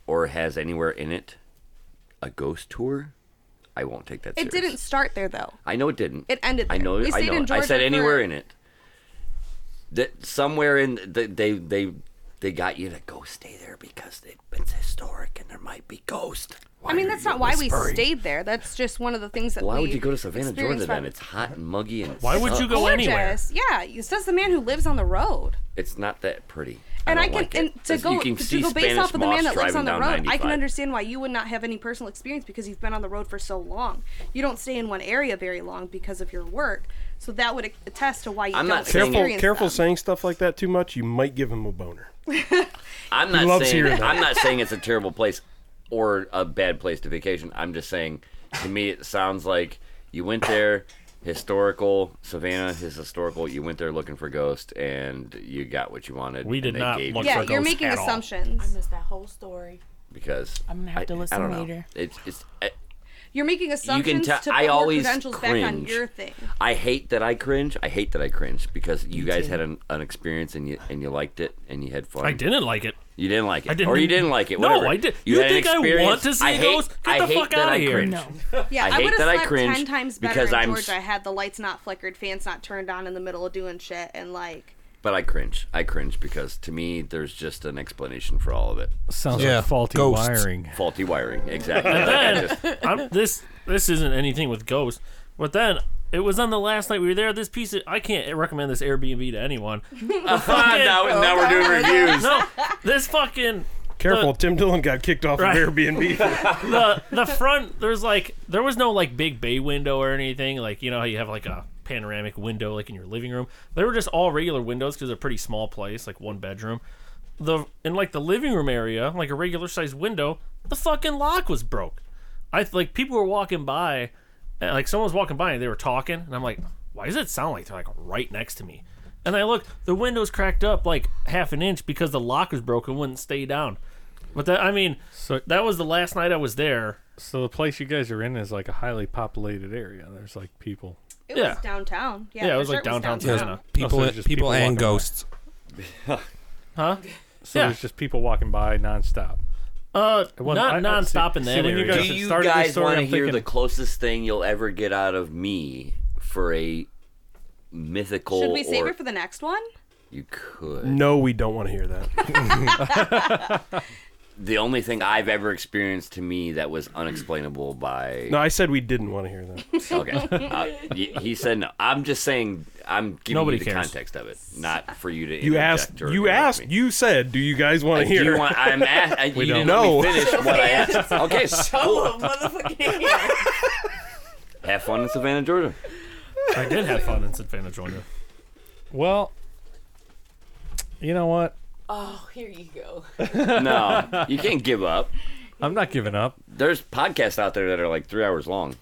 A: or has anywhere in it, a ghost tour, I won't take that.
F: It
A: serious.
F: didn't start there though.
A: I know it didn't.
F: It ended
A: I
F: there.
A: know.
F: We
A: I
F: stayed
A: know.
F: in
A: it. I
F: Georgia
A: said anywhere
F: for-
A: in it. That somewhere in they they they, they got you to go stay there because it, it's historic and there might be ghosts.
F: I mean, that's not why we stayed there. That's just one of the things that.
A: Why
F: we
A: would you go to Savannah, Georgia?
F: experienced
A: Then
F: from-
A: it's hot and muggy and.
B: Why would
A: sucks.
B: you go anywhere?
F: Gorgeous. Yeah, it says the man who lives on the road.
A: It's not that pretty.
F: And
A: I,
F: I,
A: don't
F: can
A: like it.
F: and to
A: It's-
F: go
A: you can
F: to
A: see
F: go based
A: Spanish
F: off of the man
A: moss
F: that lives
A: driving
F: on the
A: down
F: road, I can
A: 95.
F: understand why you would not have any personal experience because you've been on the road for so long. You don't stay in one area very long because of your work, so that would attest to why you
A: I'm
F: don't
A: not saying-
D: Careful,
F: experience
D: careful
F: them.
D: saying stuff like that too much. You might give him a boner.
A: I'm not
D: loves
A: saying
D: hearing that.
A: I'm not saying it's a terrible place or a bad place to vacation. I'm just saying to me it sounds like you went there historical Savannah is historical. You went there looking for ghosts and you got what you wanted.
B: We
A: and
B: did
A: they
B: not
A: gave
B: look
A: you
F: Yeah,
B: for
F: you're
B: ghosts
F: making
B: at all.
F: assumptions.
G: I missed that whole story.
A: because
I: I'm gonna have
A: I-
I: to listen
A: I don't know.
I: later.
A: It's it's I,
F: You're making assumptions
A: tell-
F: to put
A: I
F: your
A: always
F: credentials back on
A: cringe.
F: your thing.
A: I hate that I cringe. I hate that I cringe because you guys had an, an experience and you and you liked it and you had fun.
B: I didn't like it.
A: You didn't like it,
B: I didn't-
A: or you didn't like it.
B: No,
A: Whatever.
B: I did-
A: You,
B: You
A: had an
B: think I want
A: experience.
B: to see
A: I hate,
B: ghosts? Get
A: I
B: the
A: hate
B: fuck
A: that
B: outta
A: I
B: here.
A: cringe.
I: No.
F: Yeah,
A: I
F: I,
A: hate
F: would have
A: that I
F: slept
A: cringed
F: ten times better
A: because
F: in
A: I'm
F: Georgia.
A: s-
F: I had the lights not flickered, fans not turned on in the middle of doing shit, and like
A: But I cringe. I cringe because to me, there's just an explanation for all of it.
C: Sounds
E: Yeah,
C: like faulty
E: ghosts.
C: wiring.
A: Faulty wiring, exactly. Like, I just-
B: I'm, this this isn't anything with ghosts. But then it was on the last night we were there. This piece of, I can't recommend this Airbnb to anyone.
A: Ah, now, now we're doing reviews.
B: No, this fucking
D: Careful, Tim Dillon got kicked off
B: Right.
D: of Airbnb.
B: the the front there's like there was no like big bay window or anything like you know how you have like a panoramic window like in your living room they were just all regular windows because a pretty small place like one bedroom the in like the living room area like a regular sized window the fucking lock was broke i like people were walking by and, like someone was walking by and they were talking and i'm like why does it sound like they're like right next to me and i look the window's cracked up like half an inch because the lock was broken wouldn't stay down but that i mean
C: So-
B: that was the last night i was there
C: So the place you guys are in is like a highly populated area. There's like people.
F: it
B: Yeah.
F: was downtown. Yeah,
B: Yeah, it
F: for
B: was, like,
F: sure
B: downtown
E: There's
B: Savannah.
E: people,
C: Oh, so there's just
E: people
C: people walking
E: and
C: by.
E: ghosts.
B: huh
C: So
B: Yeah.
C: there's just people walking by nonstop.
B: uh
C: wasn't- I-
B: not
C: I-
B: non-stop in
C: see,
B: that
C: see, when you
B: area.
C: guys-
A: Do
C: Since it
A: you
C: started this
A: guys
C: story,
A: want to
C: I'm
A: hear the
C: thinking-
A: closest thing you'll ever get out of me for a mytcal?
F: Should we save
A: or-
F: it for the next one?
A: You could.
D: no, we don't want to hear that.
A: The only thing I've ever experienced to me that was unexplainable by
D: No, I said we didn't want to hear that.
A: Okay. Uh, y- he said no. I'm just saying. I'm giving
B: Nobody
A: you the
B: cares.
A: context of it, not for you to.
D: You
A: interject
D: asked.
A: or
D: You
A: interrupt
D: asked.
A: me.
D: You said, "Do you guys want to
A: Do
D: hear?"
A: you want? I'm ask, I, you didn't
D: don't.
A: let me finish what I asked. Okay.
G: Show him, motherfucking.
A: Have fun in Savannah, Georgia.
B: i did have fun in savannah georgia
C: Well, you know what?
G: oh, here you go.
A: No, you can't give up.
C: I'm not giving up.
A: There's podcasts out there that are like three hours long.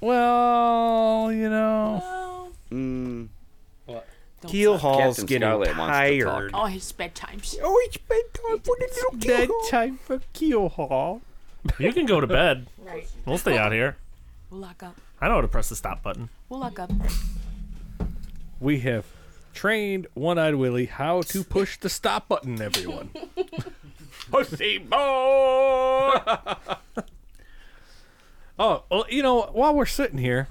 C: Well, you know.
G: Oh,
A: Mm,
D: Keel Hall's
A: Captain
D: getting
A: Scarlet wants to talk.
D: tired.
G: oh, his bedtime.
C: Oh, it's bedtime for the little keel Bedtime for keel hall.
B: you can go to bed
G: Right.
B: we'll stay out here
G: We'll lock up.
B: i know how to press the stop button
G: We'll lock up.
C: We have trained One-Eyed Willie how to push the stop button, everyone.
A: Pussy boy.
C: Oh, well, you know, while we're sitting here,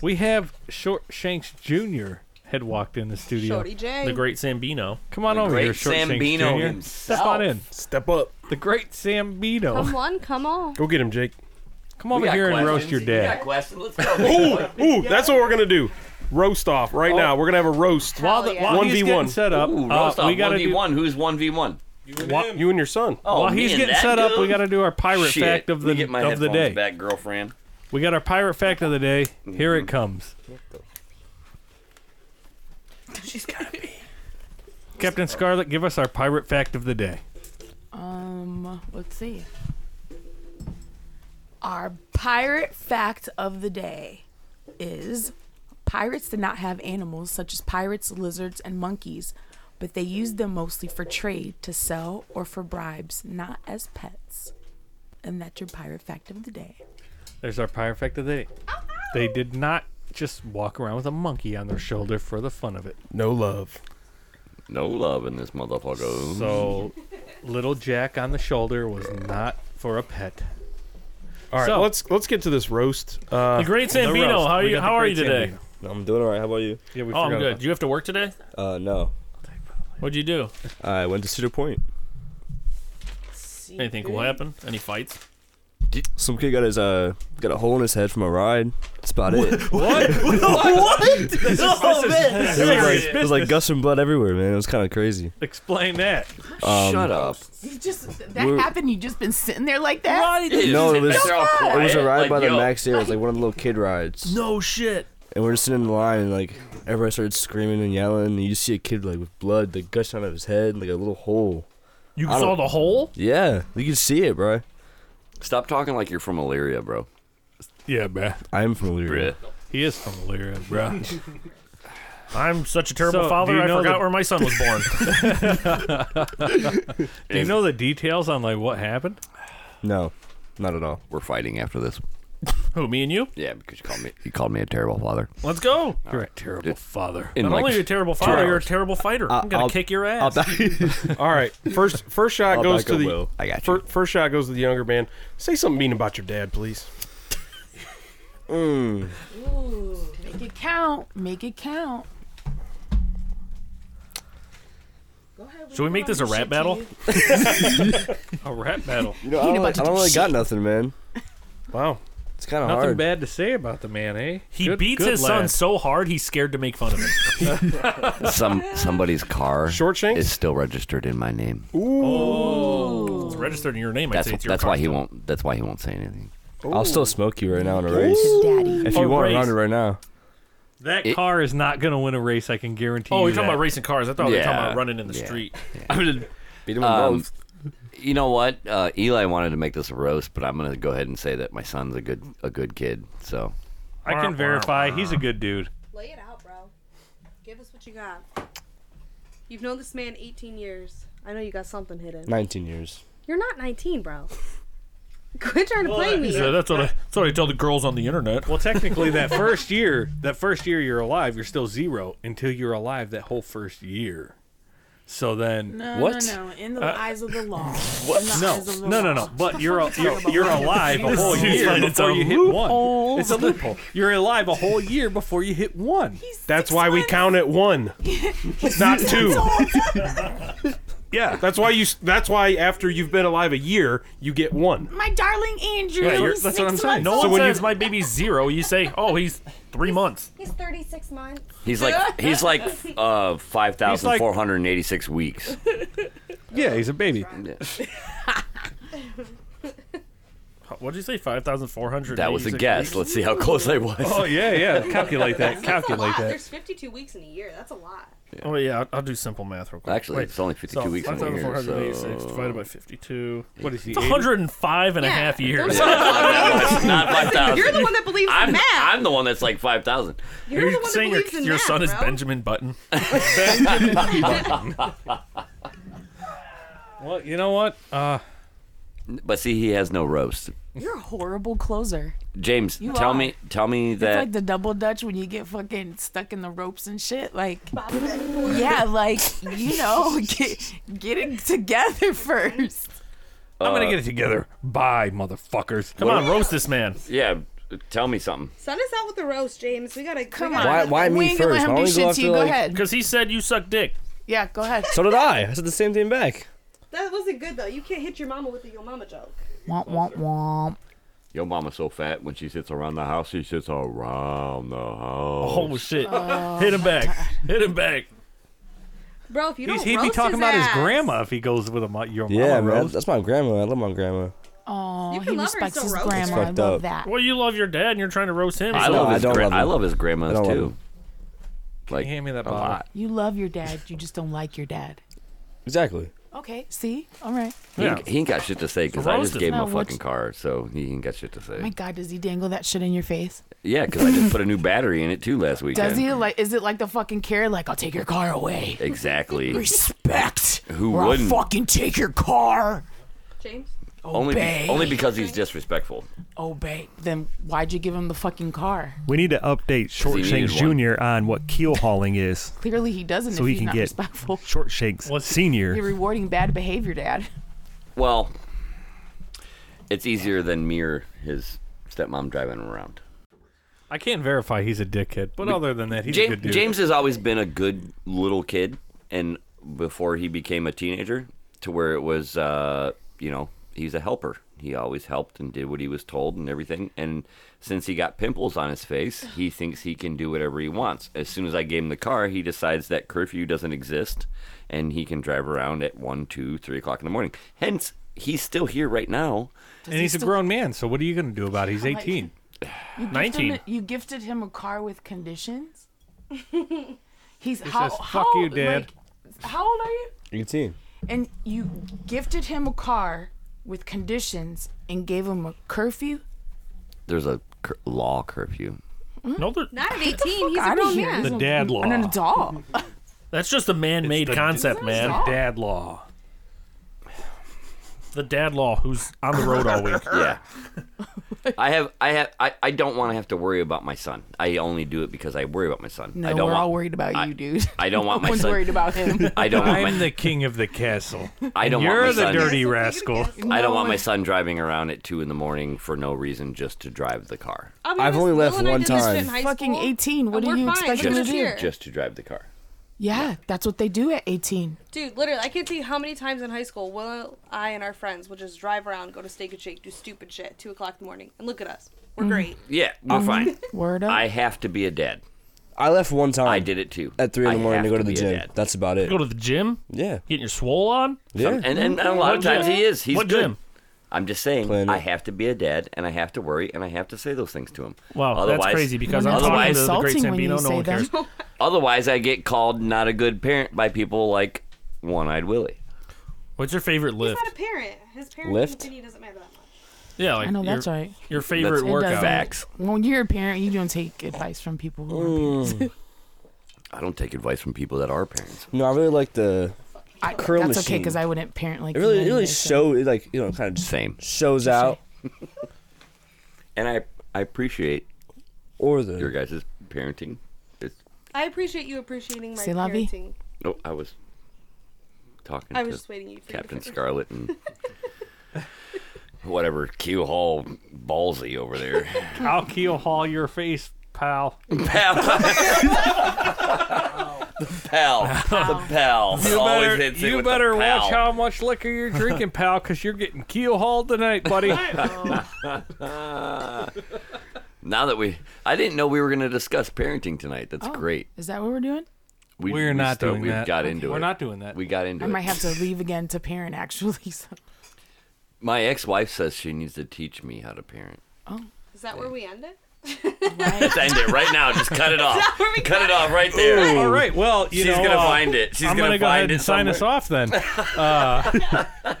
C: we have Short Shanks Jr. had walked in the studio.
F: Shorty J.
B: the great sambino
C: Come on over
A: great
C: here, Short
A: Sambino
C: Shanks Jr.
A: himself.
C: Step on in.
D: Step up.
C: The great Sambino.
F: Come
C: Come,
F: one, come all.
D: Go get him, Jake.
C: over here and roast your
A: Got
C: dad.
A: questions. Let's
D: Ooh,
A: go.
D: ooh, that's what we're gonna do. Roast off right now. We're gonna have a roast.
F: Hell
C: While the-
F: yeah.
C: while he's
D: 1v1.
C: getting set up,
A: Ooh,
C: uh,
A: roast off.
C: we gotta
A: One
C: do-
A: v one. Who's one v one?
D: You and your son.
A: Oh,
C: while
A: me
C: he's
A: and
C: getting
A: that
C: set up, we
A: dude?
C: got to do our pirate
A: Shit.
C: fact of
A: Let me
C: the
A: get my
C: of the
A: headphones
C: day.
A: back, girlfriend.
C: We got our pirate fact of the day. Here
D: Mm-hmm.
C: it comes. Captain Scarlet, give us our pirate fact of the day.
I: Um, let's see. Our pirate fact of the day is pirates did not have animals such as pirates, lizards, and monkeys, but they used them mostly for trade, to sell, or for bribes, not as pets. And that's your pirate fact of the day.
C: There's our pirate fact of the day. They did not just walk around with a monkey on their shoulder for the fun of it.
D: No love.
A: No love in this motherfucker.
C: So, little Jack on the shoulder was not for a pet.
D: All right,
C: So-
D: let's let's get to this roast. Uh,
B: The Great
C: The
B: Sambino,
C: roast.
B: how are
C: We
B: you?
C: got the
B: How are
C: Great
B: you today?
C: Sambino.
J: I'm doing all right. How about you?
C: Yeah, we
B: Oh, I'm
C: forgot
B: good.
C: about-
B: You have to work today.
J: Uh, no.
B: What'd you do?
J: I went to Cedar Point.
B: Anything cool happen? Any fights?
J: Some kid got his uh got a hole in his head from a ride. That's about it.
B: oh man!
J: It was like it was like gushing blood everywhere, man. It was kind of crazy. Um,
C: Explain that.
A: Shut up.
I: You just that
J: We're-
I: happened. You just been sitting there like that.
J: No, it was-
A: They're all
J: It was a
A: quiet,
J: ride
A: like,
J: by the
A: yo,
J: Max Air. It was like one of the little kid rides.
B: No shit.
J: And we're just sitting in line, and like everybody started screaming and yelling. And you see a kid like with blood like gushing out of his head, like a little hole.
B: You
J: I
B: saw
J: don't-
B: the hole?
J: Yeah, you can see it, bro.
A: Stop talking like you're from Illyria, bro.
C: Yeah, bruh.
J: I am familiar.
A: Bruh.
C: He is from Lyra, bruh.
B: I'm such a terrible
C: So, do
B: father.
C: you
B: I
C: know the-
B: forgot where my son was born.
C: Do you know the details on like what happened?
J: No, not at all.
A: We're fighting after this.
B: Who? Me and you?
A: Yeah, because you called me. You called me a terrible father.
B: Let's go.
C: You're a terrible father.
A: In
B: Not
A: like,
B: only are you a terrible father,
A: hours.
B: you're a terrible fighter. I'm gonna
J: I'll-
B: kick your
J: I'll
B: ass.
D: all right, first first shot
J: I'll
D: goes
J: back
D: to
J: up,
D: the
J: Will. I got
D: fir- first shot goes to the younger man. Say something mean about your dad, please.
J: Hmm.
I: Make it count. Make it count.
B: Should we make this a rap battle?
C: A rap battle.
J: You know, I don't,
I: about
J: like,
I: to
J: I don't
I: do
J: really got
I: shit.
J: nothing, man.
D: Wow,
J: It's kind of
C: Nothing
J: hard.
C: bad to say about the man, eh?
B: He
C: Good-
B: beats
C: good
B: his son
C: lad.
B: so hard he's scared to make fun of him.
A: some somebody's car
D: Shortshanks?
A: is still registered in my name.
B: it's registered in your name.
A: that's
B: I say it's your
A: that's why
B: car
A: he
B: still.
A: won't. That's why he won't say anything.
J: I'll still smoke you right now in a race.
I: Daddy.
J: If you
B: Or
J: want,
B: race.
J: run it right now.
C: That
A: It-
C: car is not going to win a race, I can guarantee
B: Oh,
C: you.
B: you're talking
C: that.
B: about racing cars. I thought we were talking
A: Yeah,
B: about running in the
A: yeah,
B: street.
C: I mean,
J: Beat him with
A: Um,
J: both.
A: You know what? Uh, Eli wanted to make this a roast, but I'm gonna go ahead and say that my son's a good a good kid. So
C: I can verify he's a good dude.
F: Lay it out, bro. Give us what you got. You've known this man 18 years. I know you got something hidden.
J: 19 years.
F: You're not 19, bro. Quit trying to play me.
B: that's what I that's what I tell the girls on the internet.
C: Well, technically, that first year, that first year you're alive, you're still zero until you're alive that whole first year. So then,
I: No,
C: what?
I: No, no. In the eyes of the law. In the
C: Uh, No,
I: eyes of the
C: no, no,
I: law.
C: no. But you're a, you're, you're alive a whole
B: dude's
C: year
B: like,
C: before
B: it's a
C: you hit one. It's a loophole. You're alive a whole year before you hit one.
D: that's why we count at one, not two.
C: Yeah.
D: That's why you. s- That's why after you've been alive a year, you get one.
I: My darling Andrew.
C: Yeah, you're-
I: he's
C: that's what
I: six
C: I'm saying.
I: months
B: No
I: old.
B: one says my baby's zero. You say, oh, he's three months.
F: He's 36 months.
A: he's like he's like uh, five thousand four hundred and eighty six weeks.
C: Yeah, he's a baby.
B: What did you say? Five thousand four hundred.
A: That was a guess. Let's see how close I was.
C: Oh, yeah, yeah. Calculate that. Calculate that.
F: 52 weeks in a year. That's a lot.
B: Oh yeah, I'll, I'll do simple math real quick.
A: Actually,
B: Wait,
A: it's only fifty two
B: so
A: weeks in a year.
B: 5,486
A: So
B: divided by 52.
C: What is he?
B: It's 105 and a
F: Yeah,
B: half
F: don't
B: years.
F: say-
A: not five thousand.
F: You're the one that believes in
A: I'm,
F: math.
A: I'm the one that's like five thousand.
F: You're the
B: You're
F: one
B: saying
F: that
B: your,
F: believes in
B: your
F: math,
B: son is
F: bro.
B: Benjamin Button.
C: Well, you know what? Uh,
A: But see, he has no roast.
I: You're a horrible closer.
A: James,
I: You
A: tell
I: are.
A: me, tell me
I: It's
A: that
I: like the double dutch when you get fucking stuck in the ropes and shit. Like, yeah, like you know, get get it together first.
A: uh,
C: I'm going to get it together. Bye, motherfuckers.
B: Come on, roast this man.
A: Yeah, tell me something.
F: Send us out with the roast, James. We gotta
I: Come
F: we
I: on.
F: gotta-
J: Why- why
I: we
J: me
I: ain't gonna
J: first?
I: let him
J: Why
I: do
J: don't we
I: shit
J: go
I: to
J: after,
I: you. Go
J: like-
I: ahead.
B: Because he said you suck dick.
I: Yeah, go ahead.
J: So did I. I said the same thing back.
F: That wasn't good though. You can't hit your mama with a yo mama joke.
I: Womp womp womp.
A: Your mama's so fat when she sits around the house, she sits around the house.
B: Oh shit! Hit him back. Hit him back.
F: Bro, if you
C: He's,
F: don't
C: he'd be
F: roast
C: talking
F: his
C: about his
F: ass-
C: grandma if he goes with a mo- your mama
J: Yeah, man.
C: roast.
J: That's my grandma. I love my grandma.
I: Oh,
F: You
I: he
F: can love her,
I: respects
F: so
I: his
F: roast her.
I: grandma. I
J: Fucked
I: love
J: up.
I: that.
B: Well, you love your dad, and you're trying to roast him.
A: I
B: so-
A: love
J: No, I
A: his.
J: don't
A: gra-
J: love
A: I
J: him.
A: love his
J: I
A: grandmas
J: don't love
A: too.
J: him.
C: Can
A: like
C: you hand me that
A: a
C: bottle?
A: lot.
I: You love your dad. You just don't like your dad.
J: Exactly.
I: Okay. See. All right.
A: He, ain't, he ain't got shit to say because I just
I: Roasted.
A: gave him
I: No,
A: a
I: what's-
A: fucking car, so he ain't got shit to say.
I: My God, does he dangle that shit in your face?
A: Yeah, because I just put a new battery in it too last weekend.
I: Does he like? Is it like the fucking carrot? Like I'll take your car away.
A: Exactly.
I: Respect.
A: Who
I: or I'll
A: wouldn't?
I: fucking take your car.
G: James?
A: Only,
I: Obey.
A: be, only because he's disrespectful.
I: Obey. Then why'd you give him the fucking car?
H: We need to update Shortshanks
A: needed one.
H: Jr. on what keel hauling is
I: Clearly he doesn't.
H: so
I: if
H: he
I: he's
H: can
I: not
H: get
I: respectful.
H: Shortshanks
I: You're
H: Sr.
I: rewarding bad behavior, Dad.
A: Well, it's easier than mere his stepmom driving him around.
C: I can't verify he's a dickhead, but other than that, he's a
A: James,
C: good dude.
A: James has always been a good little kid, and before he became a teenager, to where it was, uh, you know, he's a helper. He always helped and did what he was told and everything. And since he got pimples on his face, he thinks he can do whatever he wants. As soon as I gave him the car, he decides that curfew doesn't exist, and he can drive around at one, two, three o'clock in the morning. Hence, he's still here right now.
C: and he's a grown man, so what are you going to do about it? He's
I: Like-
C: 18.
I: You gifted
C: 19.
I: him- you gifted him a car with conditions. He's
C: He
I: how
C: says,
I: how
C: "Fuck you, Dad."
I: like, how old are you?
J: 18.
I: And you gifted him a car with conditions and gave him a curfew.
A: There's a cur- law curfew.
B: No, there-
F: Not
I: Get
F: at
I: Hmm? the
F: 18.
I: fuck
F: He's a
I: outta
F: grown
I: here.
F: man.
I: He's
C: The
I: a-
C: dad law.
I: An adult.
B: that's just a man-made concept, man.
I: Stop.
C: Dad law.
B: The dad law who's on the road all week.
A: yeah. I have, I have, I, I don't want to have to worry about my son. I only do it because I worry about my son.
I: No,
A: I
I: we're
A: don't want,
I: all worried about
A: I-
I: you, dude.
A: I don't
I: No
A: want my
I: one's
A: son-
I: worried about him.
A: I don't want
C: I'm
A: my,
C: the king of the castle.
A: I don't
C: You're
A: want my
C: the
A: son,
C: dirty rascal.
A: I don't want my son driving around at two in the morning for no reason just to drive the car.
F: I mean,
J: I've
F: Miss
J: only left
F: Lil and I
J: one
F: did this shit in
J: time.
F: high
I: Fucking
F: school,
I: 18, what
F: and
I: do
F: we're
I: you
F: fine.
I: expect
F: Look
I: him to
F: at
I: do?
F: here.
A: Just to drive the car.
I: yeah, that's what they do at 18.
F: Dude, literally, I can't tell you how many times in high school Will, I, and our friends would just drive around, go to Steak and Shake, do stupid shit at 2 o'clock in the morning, and look at us. We're great.
A: Yeah, we're fine.
I: Word up.
A: I have to be a dad.
J: I left one time.
A: I did it too.
J: At 3 in the
A: I
J: morning
A: have
J: to go to the
A: be a
J: gym.
A: dad.
J: That's about it.
B: Go to the gym,
J: Yeah.
B: getting your swole on.
J: Yeah.
A: And, and, and a lot of
B: What
A: times
B: gym?
A: he is. He's
B: What
A: good.
B: gym?
A: I'm just saying,
J: Planet.
A: I have to be a dad, and I have to worry, and I have to say those things to him.
B: Wow, that's
A: Otherwise-
B: crazy because I'm
I: That's
B: talking
A: otherwise,
B: to the great
I: insulting when you
B: Sambino. No
I: say
B: one cares.
I: that.
A: Otherwise, I get called not a good parent by people like One Eyed Willie.
B: What's your favorite
F: He's
B: lift?
F: not a parent. His parenting
J: Lift?
F: opinion doesn't matter that much.
B: Yeah, like
I: I know
B: your,
I: that's right.
B: Your favorite
A: That's- It
B: workout.
I: doesn't.
A: Facts.
I: When you're a parent, you don't take advice from people who are parents.
J: Mm.
A: I don't take advice from people that are parents.
J: No, I really like the.
I: I,
J: Curl
I: that's okay
J: machine.
I: because I wouldn't parent like
J: It really,
I: you
J: it really
I: anyway, so-
J: show. It like you know, kind of just
A: Same.
J: shows out
A: And I, I appreciate
J: or
A: your
J: the.
A: guys' parenting. It's,
F: I appreciate you appreciating my
I: C'est la vie.
F: parenting.
A: oh, I was talking
F: I
A: to
F: was just waiting you for
A: Captain
F: you to finish.
A: Scarlet and whatever Q Hall ballsy over there.
C: I'll keel haul your face, pal.
A: pal. the pal. The pal.
C: You
A: Always
C: better,
A: hits it
C: you
A: with the
C: better
A: pal.
C: watch how much liquor you're drinking, pal, because you're getting keel hauled tonight, buddy.
A: Now that we, I didn't know we were going to discuss parenting tonight. That's great.
I: Is that what we're doing?
A: We,
C: We're
A: we
C: not
A: sto-
C: doing
A: we
C: that.
A: got into
C: We're
A: it.
C: not doing that.
A: We got into
I: I
A: it.
I: might have to leave again to parent actually. So.
A: My ex-wife says she needs to teach me how to parent.
F: Is that where we end it?
A: Let's end it right now. Just cut it off. cut it off right there.
C: All right. Well, you
A: She's
C: know,
A: gonna
C: uh,
A: find it. She's
C: I'm
A: gonna,
C: gonna, go
A: find
C: ahead
A: it
C: and sign us
A: somewhere.
C: off then. Uh,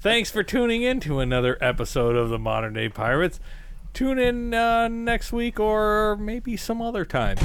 C: thanks for tuning in to another episode of the Modern Day Pirates. Tune in uh, next week or maybe some other time.